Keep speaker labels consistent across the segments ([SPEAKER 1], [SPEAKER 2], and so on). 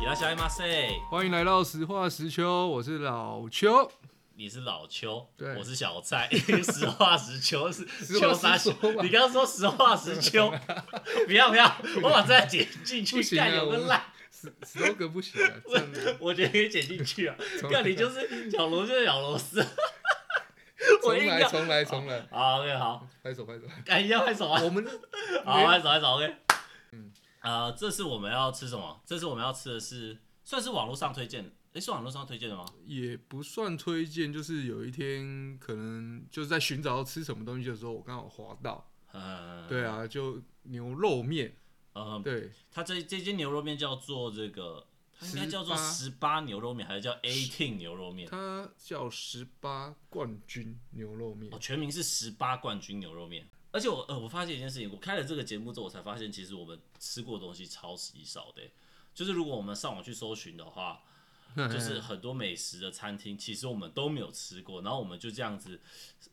[SPEAKER 1] 伊拉小艾马塞，
[SPEAKER 2] 欢迎来到实话实秋，我是老 邱。
[SPEAKER 1] 你是老邱，
[SPEAKER 2] 对
[SPEAKER 1] 我是小 蔡。实话实秋是秋
[SPEAKER 2] 话实
[SPEAKER 1] 啥秋
[SPEAKER 2] 说吧？
[SPEAKER 1] 你刚刚说实话实秋， 不要不要，我把这剪进去
[SPEAKER 2] 不，行啊
[SPEAKER 1] 干有个
[SPEAKER 2] 我
[SPEAKER 1] 烂。
[SPEAKER 2] s l o g 不 行、啊，这样子
[SPEAKER 1] 我觉得可以剪进去 啊！
[SPEAKER 2] 从
[SPEAKER 1] 看你就是小螺就是小螺丝，我
[SPEAKER 2] 重
[SPEAKER 1] 硬
[SPEAKER 2] 来
[SPEAKER 1] 要
[SPEAKER 2] 重来重来，
[SPEAKER 1] 好 OK 好，
[SPEAKER 2] 拍手拍手。
[SPEAKER 1] 哎要拍手啊！
[SPEAKER 2] 我们
[SPEAKER 1] 好啊拍手拍手 OK。
[SPEAKER 2] 嗯
[SPEAKER 1] 啊，这次我们要吃什么？这次我们要吃的是算是网络上推荐，诶，是网络上推荐的吗？
[SPEAKER 2] 也不算推荐，就是有一天可能就是在寻找吃什么东西的时候，我刚好滑到，
[SPEAKER 1] 嗯，
[SPEAKER 2] 对啊，就牛肉面，
[SPEAKER 1] 嗯，
[SPEAKER 2] 对，
[SPEAKER 1] 它这这间牛肉面叫做这个，它应该叫做
[SPEAKER 2] 18
[SPEAKER 1] 十八牛肉面，还是叫 eighteen 牛肉面？
[SPEAKER 2] 它叫十八冠军牛肉面
[SPEAKER 1] 哦，，全名是十八冠军牛肉面。而且我呃，我发现一件事情，我开了这个节目之后，我才发现其实我们吃过的东西超级少的欸、就是如果我们上网去搜寻的话，哦就是很多美食的餐厅，其实我们都没有吃过。然后我们就这样子，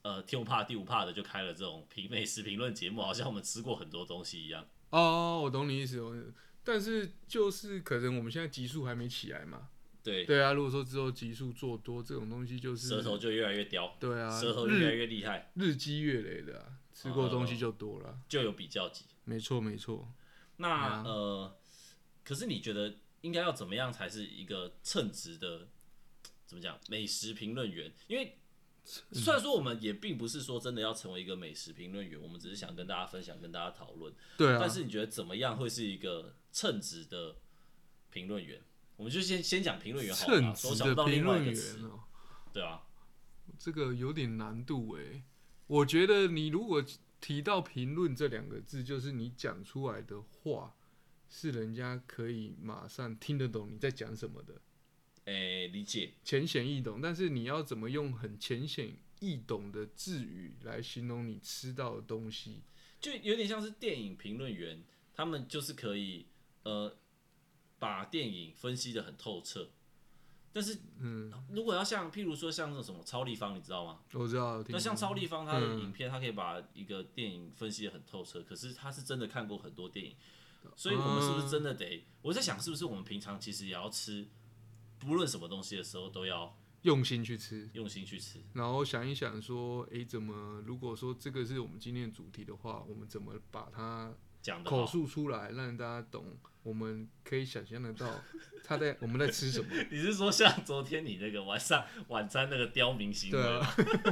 [SPEAKER 1] 呃，天不怕地不怕的就开了这种评美食评论节目，好像我们吃过很多东西一样。
[SPEAKER 2] 哦，我懂你意思，我但是就是可能我们现在集数还没起来嘛，
[SPEAKER 1] 对，
[SPEAKER 2] 对啊，如果说之后集数做多，这种东西就是
[SPEAKER 1] 舌头就越来越刁，
[SPEAKER 2] 对啊，
[SPEAKER 1] 舌头就越来
[SPEAKER 2] 日
[SPEAKER 1] 越厉害，
[SPEAKER 2] 日积月累的、啊，吃过的东西就多了啊，
[SPEAKER 1] 就有比较级。
[SPEAKER 2] 没错没错，
[SPEAKER 1] 那、
[SPEAKER 2] 啊
[SPEAKER 1] 呃，可是你觉得应该要怎么样才是一个称职的，怎么讲美食评论员？因为
[SPEAKER 2] 嗯
[SPEAKER 1] 虽然说我们也并不是说真的要成为一个美食评论员，我们只是想跟大家分享、跟大家讨论。
[SPEAKER 2] 对啊
[SPEAKER 1] 但，是你觉得怎么样会是一个称职的评论员？我们就先先讲评论员好了
[SPEAKER 2] 称
[SPEAKER 1] 啦，我
[SPEAKER 2] 职
[SPEAKER 1] 想不
[SPEAKER 2] 的
[SPEAKER 1] 到
[SPEAKER 2] 评
[SPEAKER 1] 另外
[SPEAKER 2] 论
[SPEAKER 1] 一个
[SPEAKER 2] 员
[SPEAKER 1] 词，
[SPEAKER 2] 哦、
[SPEAKER 1] 对啊，
[SPEAKER 2] 这个有点难度诶、我觉得你如果提到评论这两个字，就是你讲出来的话是人家可以马上听得懂你在讲什么的。
[SPEAKER 1] 诶、理解，
[SPEAKER 2] 浅显易懂，但是你要怎么用很浅显易懂的字语来形容你吃到的东西？
[SPEAKER 1] 就有点像是电影评论员，他们就是可以呃把电影分析的很透彻，但是
[SPEAKER 2] 嗯，
[SPEAKER 1] 如果要像，譬如说像那种什么超立方，你知道吗？
[SPEAKER 2] 我知道，听
[SPEAKER 1] 那像
[SPEAKER 2] 过
[SPEAKER 1] 超立方他的
[SPEAKER 2] 嗯
[SPEAKER 1] 影片，他可以把一个电影分析的很透彻，可是他是真的看过很多电影，
[SPEAKER 2] 哦
[SPEAKER 1] 所以我们是不是真的得？我在想，是不是我们平常其实也要吃，不论什么东西的时候都要
[SPEAKER 2] 用心去吃，
[SPEAKER 1] 用心去吃。
[SPEAKER 2] 然后想一想说，诶，怎么如果说这个是我们今天的主题的话，我们怎么把它
[SPEAKER 1] 讲的好，
[SPEAKER 2] 口述出来，让大家懂？我们可以想象得到他在我们在吃 什么，
[SPEAKER 1] 你是说像昨天你那个晚上晚餐那个刁民行为
[SPEAKER 2] 对
[SPEAKER 1] 吗？
[SPEAKER 2] 啊，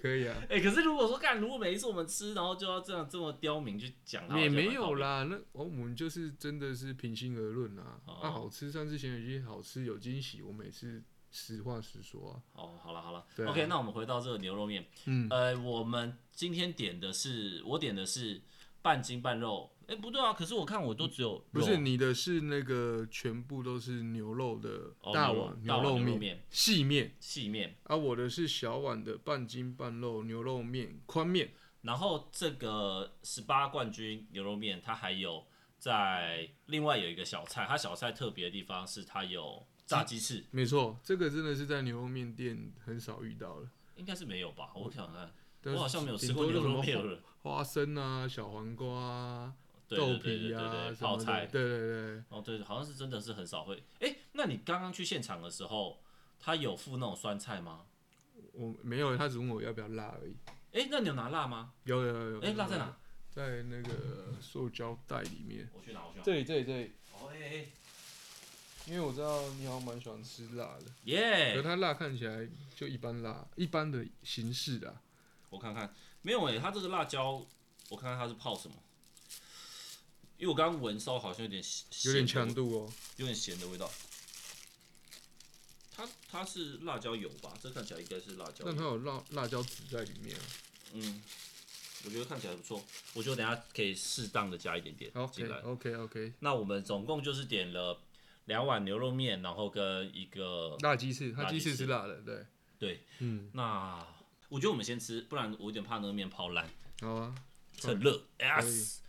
[SPEAKER 2] 可以 啊，
[SPEAKER 1] 哎、可是如果说干，如果每一次我们吃，然后就要这样这么刁民去讲，
[SPEAKER 2] 也没
[SPEAKER 1] 啦。
[SPEAKER 2] 有啦，那哦我们就是真的是平心而论啊，
[SPEAKER 1] 哦
[SPEAKER 2] 啊，好吃，上次咸鱼鸡好吃有惊喜，我每次实话实说啊。
[SPEAKER 1] 哦，好了好了、
[SPEAKER 2] 对啊
[SPEAKER 1] o k 那我们回到这个牛肉面。
[SPEAKER 2] 嗯，
[SPEAKER 1] 呃，我们今天点的是，我点的是半斤半肉。哎、不对啊，可是我看我都只有
[SPEAKER 2] 不是
[SPEAKER 1] 肉
[SPEAKER 2] 你的是那个全部都是牛肉的
[SPEAKER 1] 哦
[SPEAKER 2] 大
[SPEAKER 1] 牛肉
[SPEAKER 2] 碗
[SPEAKER 1] 大碗
[SPEAKER 2] 肉
[SPEAKER 1] 牛肉
[SPEAKER 2] 面
[SPEAKER 1] 面
[SPEAKER 2] 细面，
[SPEAKER 1] 细面，
[SPEAKER 2] 而、啊我的是小碗的半斤半肉牛肉面宽面，
[SPEAKER 1] 然后这个十八冠军牛肉面，它还有在另外有一个小菜，它小菜特别的地方是它有炸鸡翅，
[SPEAKER 2] 没错，这个真的是在牛肉面店很少遇到了。
[SPEAKER 1] 应该是没有吧？我想想看，
[SPEAKER 2] 但
[SPEAKER 1] 我好
[SPEAKER 2] 是
[SPEAKER 1] 像没有
[SPEAKER 2] 嗯顶
[SPEAKER 1] 吃过
[SPEAKER 2] 多就
[SPEAKER 1] 牛
[SPEAKER 2] 什
[SPEAKER 1] 肉
[SPEAKER 2] 么
[SPEAKER 1] 面
[SPEAKER 2] 花
[SPEAKER 1] 了。
[SPEAKER 2] 花生啊、小黄瓜啊、
[SPEAKER 1] 对对
[SPEAKER 2] 豆
[SPEAKER 1] 对对
[SPEAKER 2] 皮
[SPEAKER 1] 对对，
[SPEAKER 2] 啊、什么
[SPEAKER 1] 泡
[SPEAKER 2] 的
[SPEAKER 1] 菜。
[SPEAKER 2] 对对对，
[SPEAKER 1] 哦，对，好像是真的是很少会。哎，那你刚刚去现场的时候，他有附那种酸菜吗？
[SPEAKER 2] 我没有，他只问我要不要辣而已。
[SPEAKER 1] 哎，那你有拿辣吗？
[SPEAKER 2] 有有有有，
[SPEAKER 1] 哎，
[SPEAKER 2] 有
[SPEAKER 1] 辣在？哪？
[SPEAKER 2] 在那个塑胶袋里面。
[SPEAKER 1] 我去拿，我去拿。
[SPEAKER 2] 这里这里这里，
[SPEAKER 1] 哦，哎哎，
[SPEAKER 2] 因为我知道你好像蛮喜欢吃辣的。可
[SPEAKER 1] 耶！
[SPEAKER 2] 它辣看起来就一般辣，一般的形式啦。
[SPEAKER 1] 我看看，没有哎，它这个辣椒，我看看它是泡什么。因为我刚刚闻烧好像有点咸
[SPEAKER 2] 有点
[SPEAKER 1] 咸的味
[SPEAKER 2] 强度哦。
[SPEAKER 1] 有点咸的味道。它它是辣椒油吧？这看起来应该是辣椒
[SPEAKER 2] 但它
[SPEAKER 1] 油。
[SPEAKER 2] 有辣辣椒籽在里面啊。
[SPEAKER 1] 嗯，我觉得看起来不错。我觉得等一下可以适当的加一点点进
[SPEAKER 2] OK
[SPEAKER 1] 来。
[SPEAKER 2] OK OK，
[SPEAKER 1] 那我们总共就是点了两碗牛肉面，然后跟一个
[SPEAKER 2] 辣鸡翅，它
[SPEAKER 1] 辣
[SPEAKER 2] 鸡
[SPEAKER 1] 鸡
[SPEAKER 2] 翅是
[SPEAKER 1] 翅
[SPEAKER 2] 辣的，对，
[SPEAKER 1] 对。
[SPEAKER 2] 嗯，
[SPEAKER 1] 那我觉得我们先吃，不然我有点怕那个面泡烂，
[SPEAKER 2] 好啊，
[SPEAKER 1] 趁热。
[SPEAKER 2] 可
[SPEAKER 1] S，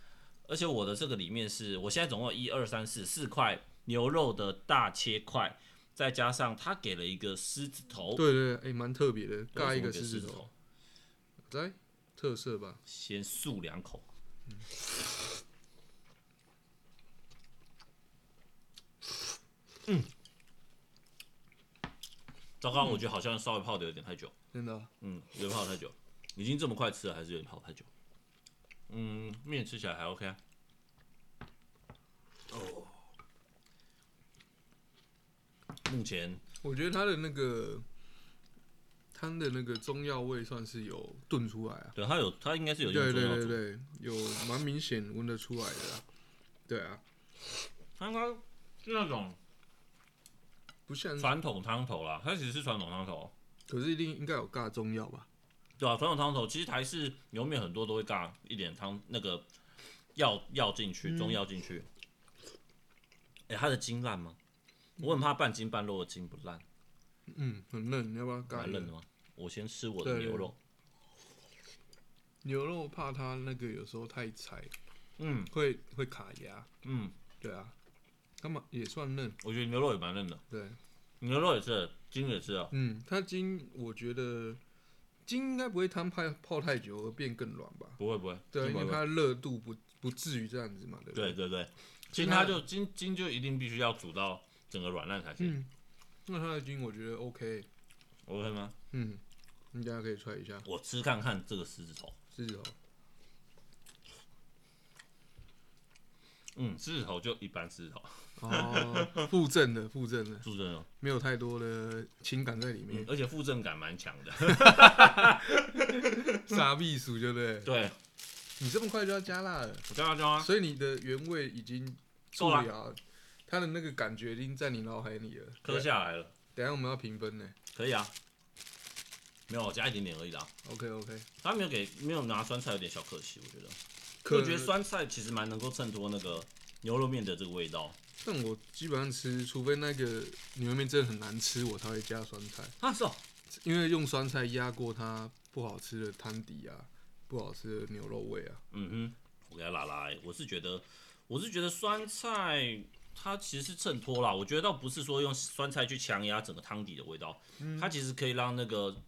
[SPEAKER 1] 而且我的这个里面是我现在总共有一二三四四块牛肉的大切块，再加上他给了一个狮子头，
[SPEAKER 2] 对对，对哎，蛮特别的，
[SPEAKER 1] 为
[SPEAKER 2] 尬
[SPEAKER 1] 什
[SPEAKER 2] 一
[SPEAKER 1] 么
[SPEAKER 2] 个
[SPEAKER 1] 给
[SPEAKER 2] 狮
[SPEAKER 1] 狮
[SPEAKER 2] 子
[SPEAKER 1] 子
[SPEAKER 2] 头
[SPEAKER 1] 头，，
[SPEAKER 2] 来特色吧，
[SPEAKER 1] 先漱两口。嗯糟糕，我觉得好像稍微泡的有点太久，
[SPEAKER 2] 真的啊
[SPEAKER 1] 嗯，有点泡得太久，已经这么快吃了，还是有点泡得太久。嗯，面吃起来还 OK 啊。哦，目前
[SPEAKER 2] 我觉得它的那个汤的那个中药味算是有炖出来啊，
[SPEAKER 1] 对它有，它应该是有用
[SPEAKER 2] 对
[SPEAKER 1] 中
[SPEAKER 2] 对
[SPEAKER 1] 药
[SPEAKER 2] 对
[SPEAKER 1] 煮
[SPEAKER 2] 对，有蛮明显闻得出来的啊，对啊，
[SPEAKER 1] 它应该是那种
[SPEAKER 2] 不像，
[SPEAKER 1] 传统汤头啦，它其实是传统汤头，
[SPEAKER 2] 可是一定应该有尬中药吧？
[SPEAKER 1] 对啊，传统汤头其实台式牛肉面很多都会尬一点汤那个药药进去，中药进去。
[SPEAKER 2] 嗯
[SPEAKER 1] 哎、它的筋烂吗？我很怕半筋半肉的筋不烂，
[SPEAKER 2] 嗯，很嫩，你要不要尬
[SPEAKER 1] 蛮
[SPEAKER 2] 一个
[SPEAKER 1] 嫩的吗？我先吃我的
[SPEAKER 2] 嗯对
[SPEAKER 1] 牛肉，
[SPEAKER 2] 牛肉怕它那个有时候太柴，
[SPEAKER 1] 嗯
[SPEAKER 2] 会会卡牙，
[SPEAKER 1] 嗯，
[SPEAKER 2] 对啊，它嘛也算嫩，
[SPEAKER 1] 我觉得牛肉也蛮嫩的，
[SPEAKER 2] 对，
[SPEAKER 1] 牛肉也是，筋也是啊，
[SPEAKER 2] 嗯，它筋我觉得筋应该不会汤泡泡太久而变更软吧？
[SPEAKER 1] 不会不会，
[SPEAKER 2] 对
[SPEAKER 1] 筋
[SPEAKER 2] 啊，因
[SPEAKER 1] 不会
[SPEAKER 2] 为
[SPEAKER 1] 不会
[SPEAKER 2] 它热度不不至于这样子嘛，对不
[SPEAKER 1] 对对
[SPEAKER 2] 对？
[SPEAKER 1] 对，筋它就筋筋就一定必须要煮到整个软烂才行、
[SPEAKER 2] 嗯那它的筋我觉得 OK，
[SPEAKER 1] o k 吗？
[SPEAKER 2] 嗯，你大家可以 try 一下
[SPEAKER 1] 我吃看看这个狮子头，
[SPEAKER 2] 狮子头，
[SPEAKER 1] 嗯，狮子头就一般狮子头，
[SPEAKER 2] 哦， 附赠的附赠的，
[SPEAKER 1] 住真哦。
[SPEAKER 2] 没有太多的情感在里面，
[SPEAKER 1] 而且附正感蛮强的。
[SPEAKER 2] 傻避暑对不对？
[SPEAKER 1] 对，
[SPEAKER 2] 你这么快就要加辣了，
[SPEAKER 1] 我加辣椒啊，
[SPEAKER 2] 所以你的原味已经
[SPEAKER 1] 够
[SPEAKER 2] 处
[SPEAKER 1] 了
[SPEAKER 2] 理好，它的那个感觉已经在你脑海里了。
[SPEAKER 1] 磕下来了，
[SPEAKER 2] 等一下我们要评分呢
[SPEAKER 1] 可以啊。没有，我加一点点而已啦。
[SPEAKER 2] ，OK OK，
[SPEAKER 1] 他没有给，没有拿酸菜，有点小可惜，我觉得。
[SPEAKER 2] 可
[SPEAKER 1] 我觉得酸菜其实蛮能够衬托那个牛肉面的这个味道。
[SPEAKER 2] 但我基本上吃，除非那个牛肉面真的很难吃，我才会加酸菜，
[SPEAKER 1] 啊，是哦，
[SPEAKER 2] 因为用酸菜压过它不好吃的汤底啊，不好吃的牛肉味啊。
[SPEAKER 1] 嗯哼，我给他拉拉、欸。我是觉得，我是觉得酸菜它其实是衬托啦。我觉得倒不是说用酸菜去强压整个汤底的味道，
[SPEAKER 2] 嗯
[SPEAKER 1] 它其实可以让那个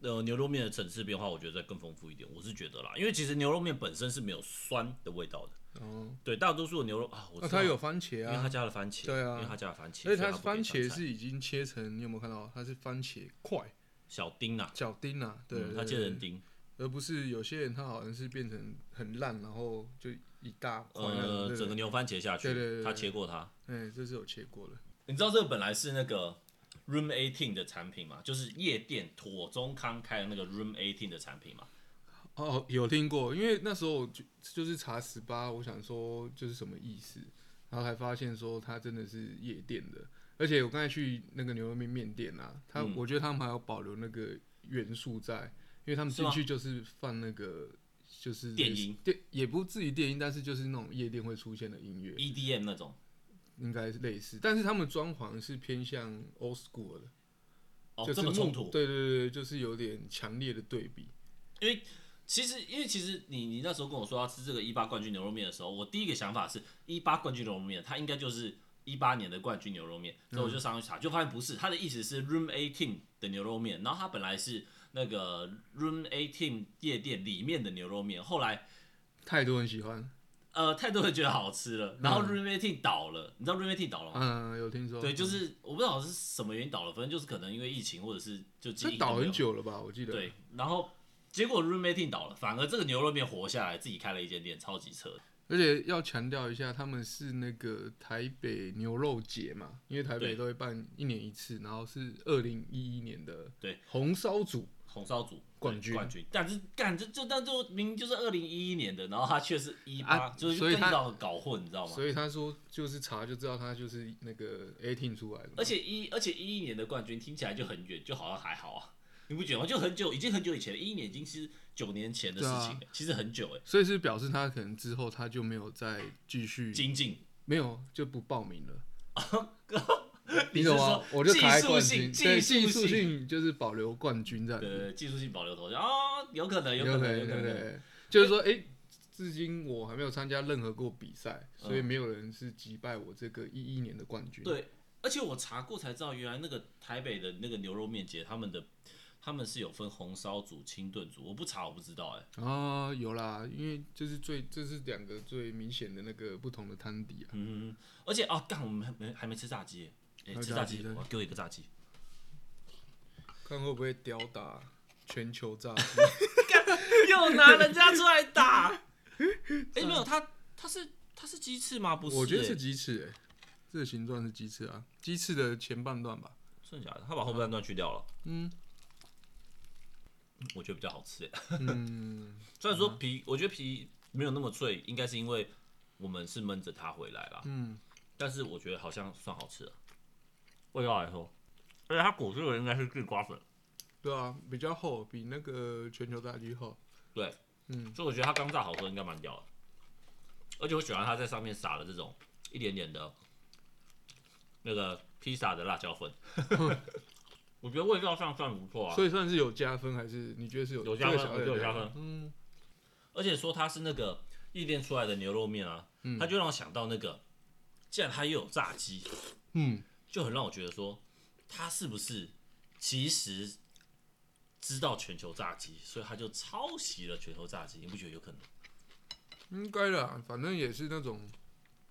[SPEAKER 1] 呃牛肉面的层次变化，我觉得再更丰富一点。我是觉得啦，因为其实牛肉面本身是没有酸的味道的。
[SPEAKER 2] 哦，
[SPEAKER 1] 对，大多数的牛肉啊，我
[SPEAKER 2] 那、
[SPEAKER 1] 知道
[SPEAKER 2] 它有，番茄
[SPEAKER 1] 因为它
[SPEAKER 2] 啊，
[SPEAKER 1] 加了番茄，
[SPEAKER 2] 对啊
[SPEAKER 1] 因为它加了番茄，
[SPEAKER 2] 所以它
[SPEAKER 1] 不给
[SPEAKER 2] 番茄
[SPEAKER 1] 酸菜
[SPEAKER 2] 是已经切成，你有没有看到？它是番茄块
[SPEAKER 1] 小丁啊，
[SPEAKER 2] 角丁啊，对
[SPEAKER 1] 嗯，它
[SPEAKER 2] 对
[SPEAKER 1] 切
[SPEAKER 2] 对
[SPEAKER 1] 成丁，
[SPEAKER 2] 而不是有些人他好像是变成很烂，然后就一大块那种。
[SPEAKER 1] 呃，
[SPEAKER 2] 对
[SPEAKER 1] 整个
[SPEAKER 2] 对
[SPEAKER 1] 牛番茄下去，
[SPEAKER 2] 对对对对
[SPEAKER 1] 它切过它。
[SPEAKER 2] 哎、这是有切过的。
[SPEAKER 1] 你知道这个本来是那个 Room Eighteen 的产品吗？就是夜店妥中康开的那个 Room Eighteen 的产品嘛。
[SPEAKER 2] 哦，有听过，因为那时候我就就是查十八，我想说就是什么意思，然后才发现说它真的是夜店的，而且我刚才去那个牛肉面面店啊，它、
[SPEAKER 1] 嗯
[SPEAKER 2] 我觉得他们还有保留那个元素在，因为他们
[SPEAKER 1] 是
[SPEAKER 2] 进
[SPEAKER 1] 吗
[SPEAKER 2] 去就是放那个就是
[SPEAKER 1] 电音，
[SPEAKER 2] 电也不至于电音，但是就是那种夜店会出现的音乐，
[SPEAKER 1] EDM ？E 那种
[SPEAKER 2] 应该是类似，但是他们装潢是偏向 old school 的，
[SPEAKER 1] 哦，
[SPEAKER 2] 就是
[SPEAKER 1] 这么冲
[SPEAKER 2] 木
[SPEAKER 1] 突。
[SPEAKER 2] 对对对，对就是有点强烈的对比，
[SPEAKER 1] 其实，因为其实你你那时候跟我说要吃这个一八冠军牛肉面的时候，我第一个想法是一八冠军牛肉面，它应该就是一八年的冠军牛肉面，所以
[SPEAKER 2] 嗯
[SPEAKER 1] 我就上去查，就发现不是，它的意思是 Room Eighteen 的牛肉面，然后它本来是那个 Room Eighteen 夜店里面的牛肉面，后来
[SPEAKER 2] 太多人喜欢，
[SPEAKER 1] 呃太多人觉得好吃了，然后 Room Eighteen 倒了，你知道 Room Eighteen 倒了吗？
[SPEAKER 2] 嗯，有听说，
[SPEAKER 1] 对，就是我不知道是什么原因倒了，反正就是可能因为疫情或者是就经
[SPEAKER 2] 这
[SPEAKER 1] 营
[SPEAKER 2] 倒
[SPEAKER 1] 都没有
[SPEAKER 2] 很久了吧？我记得。，
[SPEAKER 1] 对，然后结果 room mating 倒了，反而这个牛肉面活下来，自己开了一间店，超级扯。
[SPEAKER 2] 而且要强调一下，他们是那个台北牛肉节嘛，因为台北
[SPEAKER 1] 对
[SPEAKER 2] 都会办一年一次，然后是二零一一年的
[SPEAKER 1] 对
[SPEAKER 2] 红烧煮，
[SPEAKER 1] 红烧组
[SPEAKER 2] 冠军
[SPEAKER 1] 冠军，但是干这这但就明明就是二零一一年的，然后他却是一八、
[SPEAKER 2] 啊
[SPEAKER 1] 就是
[SPEAKER 2] 所以
[SPEAKER 1] 跟
[SPEAKER 2] 他
[SPEAKER 1] 到搞混，你知道吗？
[SPEAKER 2] 所以他说就是查就知道他就是那个 eighteen 出来的嘛，
[SPEAKER 1] 而且一而且一一年的冠军听起来就很远，就好像还好啊，你不觉得吗？就很久，已经很久以前了，一一年已经是九年前的事
[SPEAKER 2] 对啊
[SPEAKER 1] 情了，其实很久哎、
[SPEAKER 2] 所以是表示他可能之后他就没有再继续，
[SPEAKER 1] 精进。
[SPEAKER 2] 没有就不报名了。
[SPEAKER 1] 啊 你是
[SPEAKER 2] 懂吗
[SPEAKER 1] 说？
[SPEAKER 2] 我就
[SPEAKER 1] 技
[SPEAKER 2] 卡在
[SPEAKER 1] 术
[SPEAKER 2] 冠
[SPEAKER 1] 性
[SPEAKER 2] 军，对
[SPEAKER 1] 技术
[SPEAKER 2] 术
[SPEAKER 1] 性
[SPEAKER 2] 性就是保留冠军这样子。
[SPEAKER 1] 呃，技术性保留头像啊、有可能，有
[SPEAKER 2] 有
[SPEAKER 1] 可
[SPEAKER 2] 可
[SPEAKER 1] 能，有
[SPEAKER 2] 能，有
[SPEAKER 1] 可
[SPEAKER 2] 可
[SPEAKER 1] 能。
[SPEAKER 2] 能。就是说，哎、至今我还没有参加任何过比赛，所以没有人是击败我这个一一年的冠军。
[SPEAKER 1] 嗯对，而且我查过才知道，原来那个台北的那个牛肉面节，他们的他们是有分红烧组、清炖组，我不查我不知道哎、
[SPEAKER 2] 啊、有啦，因为就是最这是两个最明显的那个不同的摊底啊。
[SPEAKER 1] 哦嗯，而且啊，干我们还没还没吃炸鸡欸，哎、
[SPEAKER 2] 还有
[SPEAKER 1] 吃
[SPEAKER 2] 炸
[SPEAKER 1] 炸
[SPEAKER 2] 鸡
[SPEAKER 1] 鸡，
[SPEAKER 2] 的
[SPEAKER 1] 我要给我一个炸鸡。
[SPEAKER 2] 看会不会吊打全球 炸鸡。
[SPEAKER 1] 又拿人家出来打。哎、没有，他他是他是鸡翅吗？不是、
[SPEAKER 2] 我觉得是
[SPEAKER 1] 欸
[SPEAKER 2] 鸡翅、欸，这个形状是鸡翅啊，鸡翅的前半段吧。
[SPEAKER 1] 真的假的？他把后半段去掉了。
[SPEAKER 2] 嗯
[SPEAKER 1] 我觉得比较好吃、欸。
[SPEAKER 2] 嗯，
[SPEAKER 1] 虽然说皮，我觉得皮没有那么脆，应该是因为我们是闷着它回来啦。
[SPEAKER 2] 嗯，
[SPEAKER 1] 但是我觉得好像算好吃了，味道来说，而且它裹这个应该是地瓜粉，
[SPEAKER 2] 对啊，比较厚，比那个全球炸鸡厚。
[SPEAKER 1] 对，
[SPEAKER 2] 嗯，
[SPEAKER 1] 所以我觉得它刚炸好的时候应该蛮屌的。而且我喜欢它在上面撒了这种一点点的那个披萨的辣椒粉， 我觉得味道上算不错啊。
[SPEAKER 2] 所以算是有加分还是你觉得是有
[SPEAKER 1] 有加分
[SPEAKER 2] 这个小孩
[SPEAKER 1] 我觉得有加分
[SPEAKER 2] 嗯，
[SPEAKER 1] 而且说它是那个夜店出来的牛肉面啊，
[SPEAKER 2] 嗯
[SPEAKER 1] 它就让我想到那个，既然它又有炸鸡，
[SPEAKER 2] 嗯，
[SPEAKER 1] 就很让我觉得说，他是不是其实知道全球炸鸡，所以他就抄袭了全球炸鸡？你不觉得有可能？
[SPEAKER 2] 应该啦，反正也是那种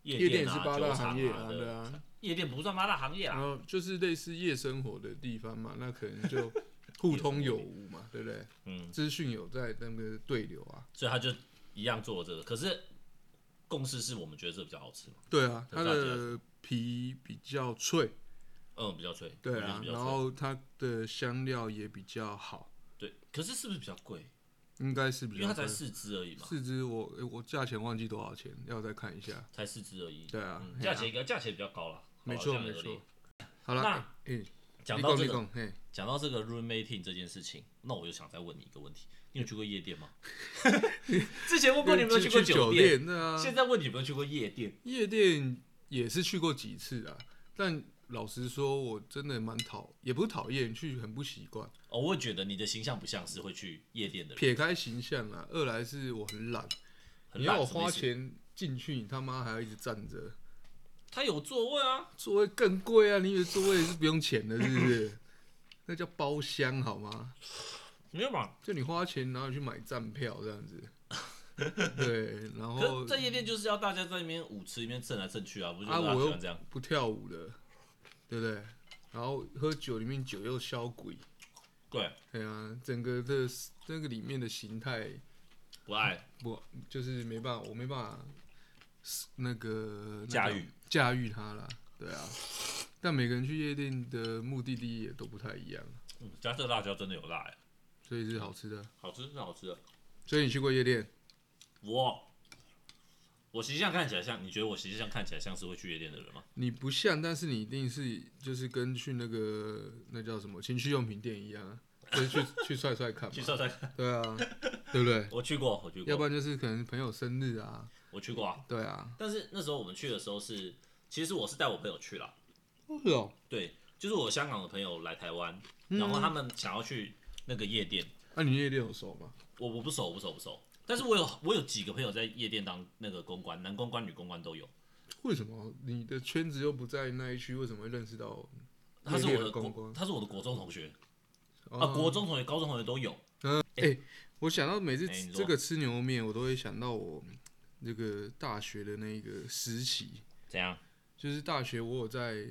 [SPEAKER 1] 夜
[SPEAKER 2] 夜店
[SPEAKER 1] 店
[SPEAKER 2] 也是
[SPEAKER 1] 啊，
[SPEAKER 2] 八
[SPEAKER 1] 酒
[SPEAKER 2] 大
[SPEAKER 1] 厂
[SPEAKER 2] 行业
[SPEAKER 1] 啊
[SPEAKER 2] 啊，对啊，
[SPEAKER 1] 夜店不算八大行业
[SPEAKER 2] 然
[SPEAKER 1] 啊。
[SPEAKER 2] 后就是类似夜生活的地方嘛，那可能就互通有无嘛，对不对？
[SPEAKER 1] 嗯，
[SPEAKER 2] 资讯有在那个对流啊，
[SPEAKER 1] 所以他就一样做了这个。可是共识是我们觉得这比较好吃嘛，
[SPEAKER 2] 对啊，
[SPEAKER 1] 有
[SPEAKER 2] 它
[SPEAKER 1] 炸鸡啊
[SPEAKER 2] 的皮比较脆，
[SPEAKER 1] 嗯，比较脆，我
[SPEAKER 2] 对
[SPEAKER 1] 觉得
[SPEAKER 2] 啊，
[SPEAKER 1] 比较
[SPEAKER 2] 然
[SPEAKER 1] 脆。
[SPEAKER 2] 后它的香料也比较好，
[SPEAKER 1] 对，可是是不是比较贵？
[SPEAKER 2] 应该是比
[SPEAKER 1] 因为它
[SPEAKER 2] 较
[SPEAKER 1] 才
[SPEAKER 2] 贵。
[SPEAKER 1] 四只而已嘛，
[SPEAKER 2] 四只我诶我价钱忘记多少钱，要再看一下。
[SPEAKER 1] 才四只而已。
[SPEAKER 2] 对啊
[SPEAKER 1] 嗯
[SPEAKER 2] 嘿
[SPEAKER 1] 价
[SPEAKER 2] 啊
[SPEAKER 1] 钱应该价钱比较高了，
[SPEAKER 2] 没
[SPEAKER 1] 好
[SPEAKER 2] 错
[SPEAKER 1] 像
[SPEAKER 2] 没
[SPEAKER 1] 有
[SPEAKER 2] 错
[SPEAKER 1] 理。
[SPEAKER 2] 好了，
[SPEAKER 1] 那
[SPEAKER 2] 嗯，
[SPEAKER 1] 讲
[SPEAKER 2] 你
[SPEAKER 1] 到
[SPEAKER 2] 讲
[SPEAKER 1] 这
[SPEAKER 2] 你
[SPEAKER 1] 个，
[SPEAKER 2] 讲，嘿，
[SPEAKER 1] 讲到这个 roommating 这件事情，那我就想再问你一个问题：你有去过夜店 吗？之前问过你有没有
[SPEAKER 2] 去
[SPEAKER 1] 过
[SPEAKER 2] 去
[SPEAKER 1] 酒店，
[SPEAKER 2] 店？对啊，
[SPEAKER 1] 现在问你有没有去过夜店？
[SPEAKER 2] 夜店也是去过几次啊，但老实说，我真的蛮讨，也不是讨厌，去很不习惯。
[SPEAKER 1] 哦，我会觉得你的形象不像是会去夜店的人，
[SPEAKER 2] 撇开形象啊，二来是我很懒，
[SPEAKER 1] 很
[SPEAKER 2] 你
[SPEAKER 1] 懒
[SPEAKER 2] 要我
[SPEAKER 1] 什么意
[SPEAKER 2] 花
[SPEAKER 1] 思
[SPEAKER 2] 钱进去，你他妈还要一直站着，
[SPEAKER 1] 他有座位啊，
[SPEAKER 2] 座位更贵啊！你以为座位是不用钱的，是 不是？那叫包厢好吗？
[SPEAKER 1] 没有嘛？
[SPEAKER 2] 就你花钱，然后你去买站票这 样子。对，然
[SPEAKER 1] 可是
[SPEAKER 2] 后
[SPEAKER 1] 在夜店就是要大家在那边舞池里面蹭来蹭去啊，不是
[SPEAKER 2] 啊，
[SPEAKER 1] 大家
[SPEAKER 2] 我
[SPEAKER 1] 喜
[SPEAKER 2] 又
[SPEAKER 1] 欢这样？
[SPEAKER 2] 不跳舞的，对不对？然后喝酒里面酒又销鬼，
[SPEAKER 1] 对，
[SPEAKER 2] 对啊，整个的那个里面的形态
[SPEAKER 1] 不爱
[SPEAKER 2] 不就是没办法，我没办法那个那
[SPEAKER 1] 驾
[SPEAKER 2] 叫
[SPEAKER 1] 驭
[SPEAKER 2] 驾驭它啦，对啊。但每个人去夜店的目的地也都不太一样，
[SPEAKER 1] 嗯，加这辣椒真的有辣哎，
[SPEAKER 2] 所以是好吃的。
[SPEAKER 1] 好吃是好吃的。
[SPEAKER 2] 所以你去过夜店？
[SPEAKER 1] 我我形象看起来像，你觉得我形象看起来像是会去夜店的人吗？
[SPEAKER 2] 你不像，但是你一定是就是跟去那个那叫什么情趣用品店一样啊，就是去去帅帅看
[SPEAKER 1] 去
[SPEAKER 2] 嘛，
[SPEAKER 1] 上山，
[SPEAKER 2] 对啊，对不对？
[SPEAKER 1] 我去过，我去
[SPEAKER 2] 要不
[SPEAKER 1] 过，
[SPEAKER 2] 然就是可能朋友生日啊，
[SPEAKER 1] 我去过啊。
[SPEAKER 2] 对啊，
[SPEAKER 1] 但是那时候我们去的时候是，其实我是带我朋友去啦，
[SPEAKER 2] 哦是哦，
[SPEAKER 1] 对，就是我香港的朋友来台湾，
[SPEAKER 2] 嗯
[SPEAKER 1] 然后他们想要去那个夜店，
[SPEAKER 2] 那啊你夜店有熟吗？
[SPEAKER 1] 我我不熟，我不熟，我不熟。但是我有我有几个朋友在夜店当那个公关，男公关、女公关都有。
[SPEAKER 2] 为什么你的圈子又不在那一区？为什么会认识到
[SPEAKER 1] 他是我
[SPEAKER 2] 夜店
[SPEAKER 1] 的
[SPEAKER 2] 的公
[SPEAKER 1] 国，
[SPEAKER 2] 关
[SPEAKER 1] 他是我的国中同学啊，
[SPEAKER 2] 啊
[SPEAKER 1] 国中同学、高中同学都有。
[SPEAKER 2] 我想到每次
[SPEAKER 1] 哎你说
[SPEAKER 2] 这个吃牛肉面，我都会想到我那个大学的那个时期，
[SPEAKER 1] 怎样？
[SPEAKER 2] 就是大学我有在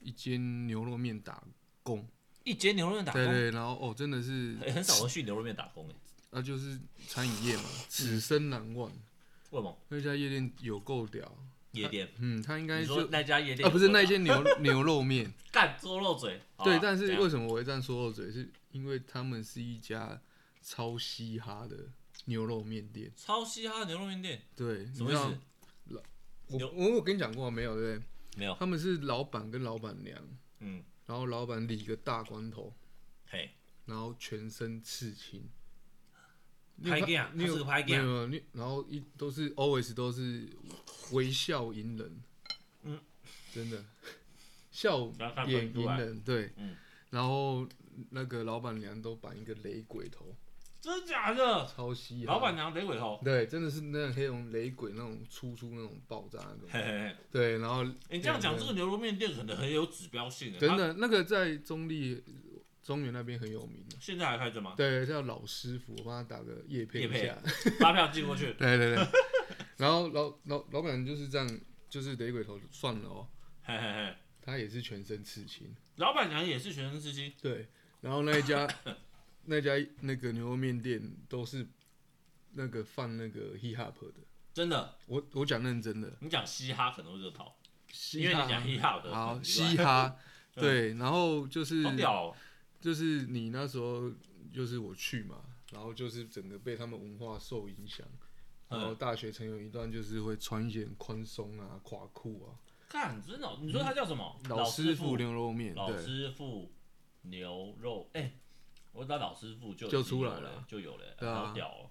[SPEAKER 2] 一间牛肉面打工，
[SPEAKER 1] 一间牛肉面打工，
[SPEAKER 2] 对对，然后哦，真的是
[SPEAKER 1] 欸很少人去牛肉面打工哎、
[SPEAKER 2] 那、就是餐饮业嘛，
[SPEAKER 1] 嗯
[SPEAKER 2] 此生难忘。
[SPEAKER 1] 为什么？
[SPEAKER 2] 那家夜店有够屌，
[SPEAKER 1] 夜店？
[SPEAKER 2] 嗯，他应该
[SPEAKER 1] 你
[SPEAKER 2] 就
[SPEAKER 1] 说那家夜店
[SPEAKER 2] 啊，不是
[SPEAKER 1] 有多大
[SPEAKER 2] 那间牛牛肉面，
[SPEAKER 1] 干猪肉嘴？好啊
[SPEAKER 2] 对，但
[SPEAKER 1] 怎
[SPEAKER 2] 是
[SPEAKER 1] 样
[SPEAKER 2] 为什么我会这样说漏嘴？是因为他们是一家超嘻哈的牛肉面店，
[SPEAKER 1] 超嘻哈的牛肉面店
[SPEAKER 2] 对，
[SPEAKER 1] 什
[SPEAKER 2] 你
[SPEAKER 1] 么
[SPEAKER 2] 知
[SPEAKER 1] 意思？
[SPEAKER 2] 道我
[SPEAKER 1] 牛
[SPEAKER 2] 我我跟你讲过没有？对不对？
[SPEAKER 1] 没有，
[SPEAKER 2] 他们是老板跟老板娘，
[SPEAKER 1] 嗯，
[SPEAKER 2] 然后老板理个大光头，
[SPEAKER 1] 嘿，
[SPEAKER 2] 然后全身刺青。你有
[SPEAKER 1] 拍
[SPEAKER 2] 看
[SPEAKER 1] 镜啊，
[SPEAKER 2] 你
[SPEAKER 1] 他是
[SPEAKER 2] 有
[SPEAKER 1] 个拍
[SPEAKER 2] 没
[SPEAKER 1] 镜
[SPEAKER 2] 有
[SPEAKER 1] 啊，
[SPEAKER 2] 没有你，然后一都是 always 都是微笑迎人，
[SPEAKER 1] 嗯，
[SPEAKER 2] 真的笑
[SPEAKER 1] 刚看不
[SPEAKER 2] 脸
[SPEAKER 1] 出
[SPEAKER 2] 迎
[SPEAKER 1] 来
[SPEAKER 2] 人，对，
[SPEAKER 1] 嗯
[SPEAKER 2] 然后那个老板娘都绑一个雷鬼头，
[SPEAKER 1] 真的假的？
[SPEAKER 2] 超嘻哈，
[SPEAKER 1] 老板娘雷鬼头，
[SPEAKER 2] 啊对，真的是那种黑龙雷鬼那种粗粗那种爆炸那 种，
[SPEAKER 1] 嘿嘿嘿，
[SPEAKER 2] 对，然后
[SPEAKER 1] 你这样讲，
[SPEAKER 2] 对
[SPEAKER 1] 这个牛肉面店可能很有指标性的，
[SPEAKER 2] 真的那个在中立中原那边很有名的
[SPEAKER 1] 它，现在还开着吗？
[SPEAKER 2] 对，叫老师傅，我帮他打个叶片
[SPEAKER 1] 业
[SPEAKER 2] 一
[SPEAKER 1] 配
[SPEAKER 2] 下，
[SPEAKER 1] 发票寄过去，
[SPEAKER 2] 对对对，然后老老老板就是这样，就是雷鬼头算了哦，
[SPEAKER 1] 嘿嘿嘿，
[SPEAKER 2] 他也也是全身刺青，
[SPEAKER 1] 老板娘也是全身刺青，
[SPEAKER 2] 对，然后那一 家那家那个牛肉面店都是那个放那个 hip hop 的，
[SPEAKER 1] 真的。
[SPEAKER 2] 我我讲认真的，
[SPEAKER 1] 你讲嘻哈可能会热讨，
[SPEAKER 2] 嘻
[SPEAKER 1] 因为
[SPEAKER 2] 哈
[SPEAKER 1] 你讲嘻哈的，
[SPEAKER 2] 好
[SPEAKER 1] 很奇怪
[SPEAKER 2] 嘻， 哈，对，然后就是
[SPEAKER 1] 好屌哦。
[SPEAKER 2] 就是你那时候就是我去嘛，然后就是整个被他们文化受影响，然
[SPEAKER 1] 嗯
[SPEAKER 2] 后大学曾有一段就是会穿一些很宽松啊、垮裤啊，
[SPEAKER 1] 看，真的哦，你说他叫什么？
[SPEAKER 2] 师
[SPEAKER 1] 师
[SPEAKER 2] 傅牛肉面，
[SPEAKER 1] 老
[SPEAKER 2] 对，
[SPEAKER 1] 师傅牛肉，哎、我打老师傅就
[SPEAKER 2] 就
[SPEAKER 1] 已经
[SPEAKER 2] 出
[SPEAKER 1] 有
[SPEAKER 2] 来了
[SPEAKER 1] 就有了、
[SPEAKER 2] 对啊
[SPEAKER 1] 好屌哦！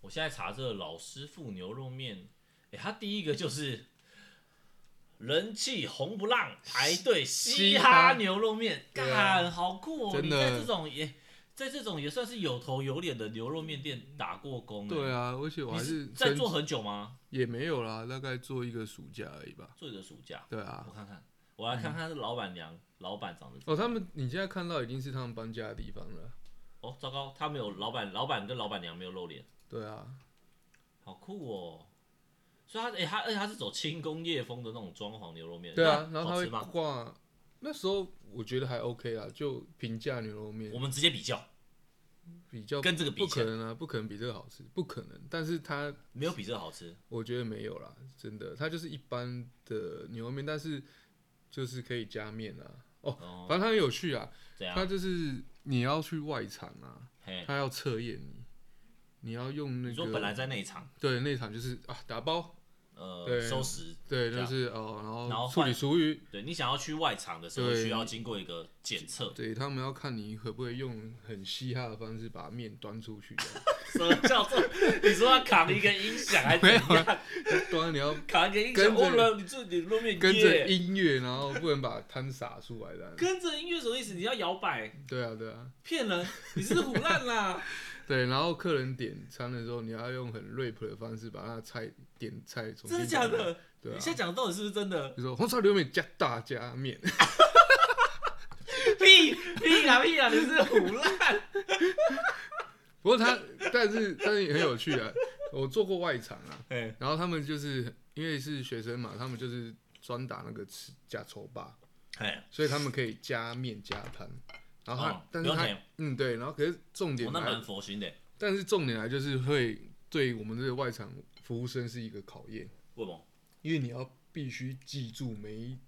[SPEAKER 1] 我现在查这个老师傅牛肉面，哎、他第一个就是人气红不浪，排队
[SPEAKER 2] 嘻
[SPEAKER 1] 嘻哈
[SPEAKER 2] 哈
[SPEAKER 1] 牛肉面，
[SPEAKER 2] 对啊
[SPEAKER 1] 干、好酷哦！
[SPEAKER 2] 真
[SPEAKER 1] 你
[SPEAKER 2] 的
[SPEAKER 1] 在这种也在这种也算是有头有脸的牛肉面店打过工、哎
[SPEAKER 2] 对啊，而且我
[SPEAKER 1] 你
[SPEAKER 2] 还
[SPEAKER 1] 是在
[SPEAKER 2] 深
[SPEAKER 1] 做很久吗？
[SPEAKER 2] 也没有啦，大概做一个暑假而已吧，
[SPEAKER 1] 做一个暑假，
[SPEAKER 2] 对啊
[SPEAKER 1] 我，看看，我
[SPEAKER 2] 嗯
[SPEAKER 1] 来看看这老板娘、老板长得怎么样
[SPEAKER 2] 哦，他们你现在看到已经是他们搬家的地方了，
[SPEAKER 1] 哦，糟糕，他没有老板，老板跟老板娘没有露脸，
[SPEAKER 2] 对啊，
[SPEAKER 1] 好酷哦。所以他，哎、他，而且他是走轻工业风的那种装潢牛肉面，
[SPEAKER 2] 对啊，
[SPEAKER 1] 那
[SPEAKER 2] 然后他
[SPEAKER 1] 好
[SPEAKER 2] 会
[SPEAKER 1] 吃吗？
[SPEAKER 2] 挂，那时候我觉得还 OK 啦，就平价牛肉面
[SPEAKER 1] 我，们直接比较，
[SPEAKER 2] 比较
[SPEAKER 1] 跟这个比
[SPEAKER 2] 不
[SPEAKER 1] 起来
[SPEAKER 2] 可能啊，不可能比这个好吃，不可能。但是它
[SPEAKER 1] 没有比这个好吃。
[SPEAKER 2] 我觉得没有啦，真的，它就是一般的牛肉面，但是就是可以加面啊。哦，
[SPEAKER 1] 哦，
[SPEAKER 2] 反正它很有趣啊，
[SPEAKER 1] 怎
[SPEAKER 2] 它
[SPEAKER 1] 样？
[SPEAKER 2] 就是你要去外场啊，
[SPEAKER 1] 嘿，
[SPEAKER 2] 它要测验你，你要用那
[SPEAKER 1] 你说本来
[SPEAKER 2] 个
[SPEAKER 1] 在内场，
[SPEAKER 2] 对内场就是啊打包，
[SPEAKER 1] 呃，
[SPEAKER 2] 对
[SPEAKER 1] 收拾，
[SPEAKER 2] 对，
[SPEAKER 1] 这
[SPEAKER 2] 就
[SPEAKER 1] 样
[SPEAKER 2] 是哦，然
[SPEAKER 1] 然后
[SPEAKER 2] 后处理
[SPEAKER 1] 换
[SPEAKER 2] 厨余，
[SPEAKER 1] 对你想要去外场的时候，
[SPEAKER 2] 对
[SPEAKER 1] 需要经过一个检 测。
[SPEAKER 2] 对他们要看你可不可以用很嘻哈的方式把面端出去，
[SPEAKER 1] 什么叫做？你说他扛一个音响还是怎
[SPEAKER 2] 没有
[SPEAKER 1] 样？
[SPEAKER 2] 端你要
[SPEAKER 1] 扛一个音
[SPEAKER 2] 跟
[SPEAKER 1] 响，
[SPEAKER 2] 着
[SPEAKER 1] 哦，然后你这你路面
[SPEAKER 2] 跟着
[SPEAKER 1] 耶，
[SPEAKER 2] 音乐，然后不能把汤洒出来的。
[SPEAKER 1] 跟着音乐什么意思？你要摇摆，
[SPEAKER 2] 对啊，对啊，
[SPEAKER 1] 骗人，你是胡乱 啦。
[SPEAKER 2] 对。然后客人点餐的时候，你要用很 rap 的方式把他的菜点菜重新
[SPEAKER 1] 真的假
[SPEAKER 2] 点来？
[SPEAKER 1] 的？
[SPEAKER 2] 对啊
[SPEAKER 1] 你，现在讲的到底是不是真的？
[SPEAKER 2] 就说红烧牛肉面加大加面，
[SPEAKER 1] 屁屁啦屁啦，你是胡 乱。
[SPEAKER 2] 不过他但是但是也很有趣啊。我做过外场啊，
[SPEAKER 1] 哎，
[SPEAKER 2] 然后他们就是因为是学生嘛，他们就是专打那个吃加稠吧，
[SPEAKER 1] 哎，
[SPEAKER 2] 所以他们可以加面加汤。然后他，
[SPEAKER 1] 哦
[SPEAKER 2] 但是
[SPEAKER 1] 不
[SPEAKER 2] 他
[SPEAKER 1] 用钱
[SPEAKER 2] 嗯对，然后可是重点
[SPEAKER 1] 我那
[SPEAKER 2] 来
[SPEAKER 1] 蛮佛心的，
[SPEAKER 2] 但是重点来就是会对我们这个外场服务生是一个考验，
[SPEAKER 1] 为什么？
[SPEAKER 2] 因为你要必须记住每一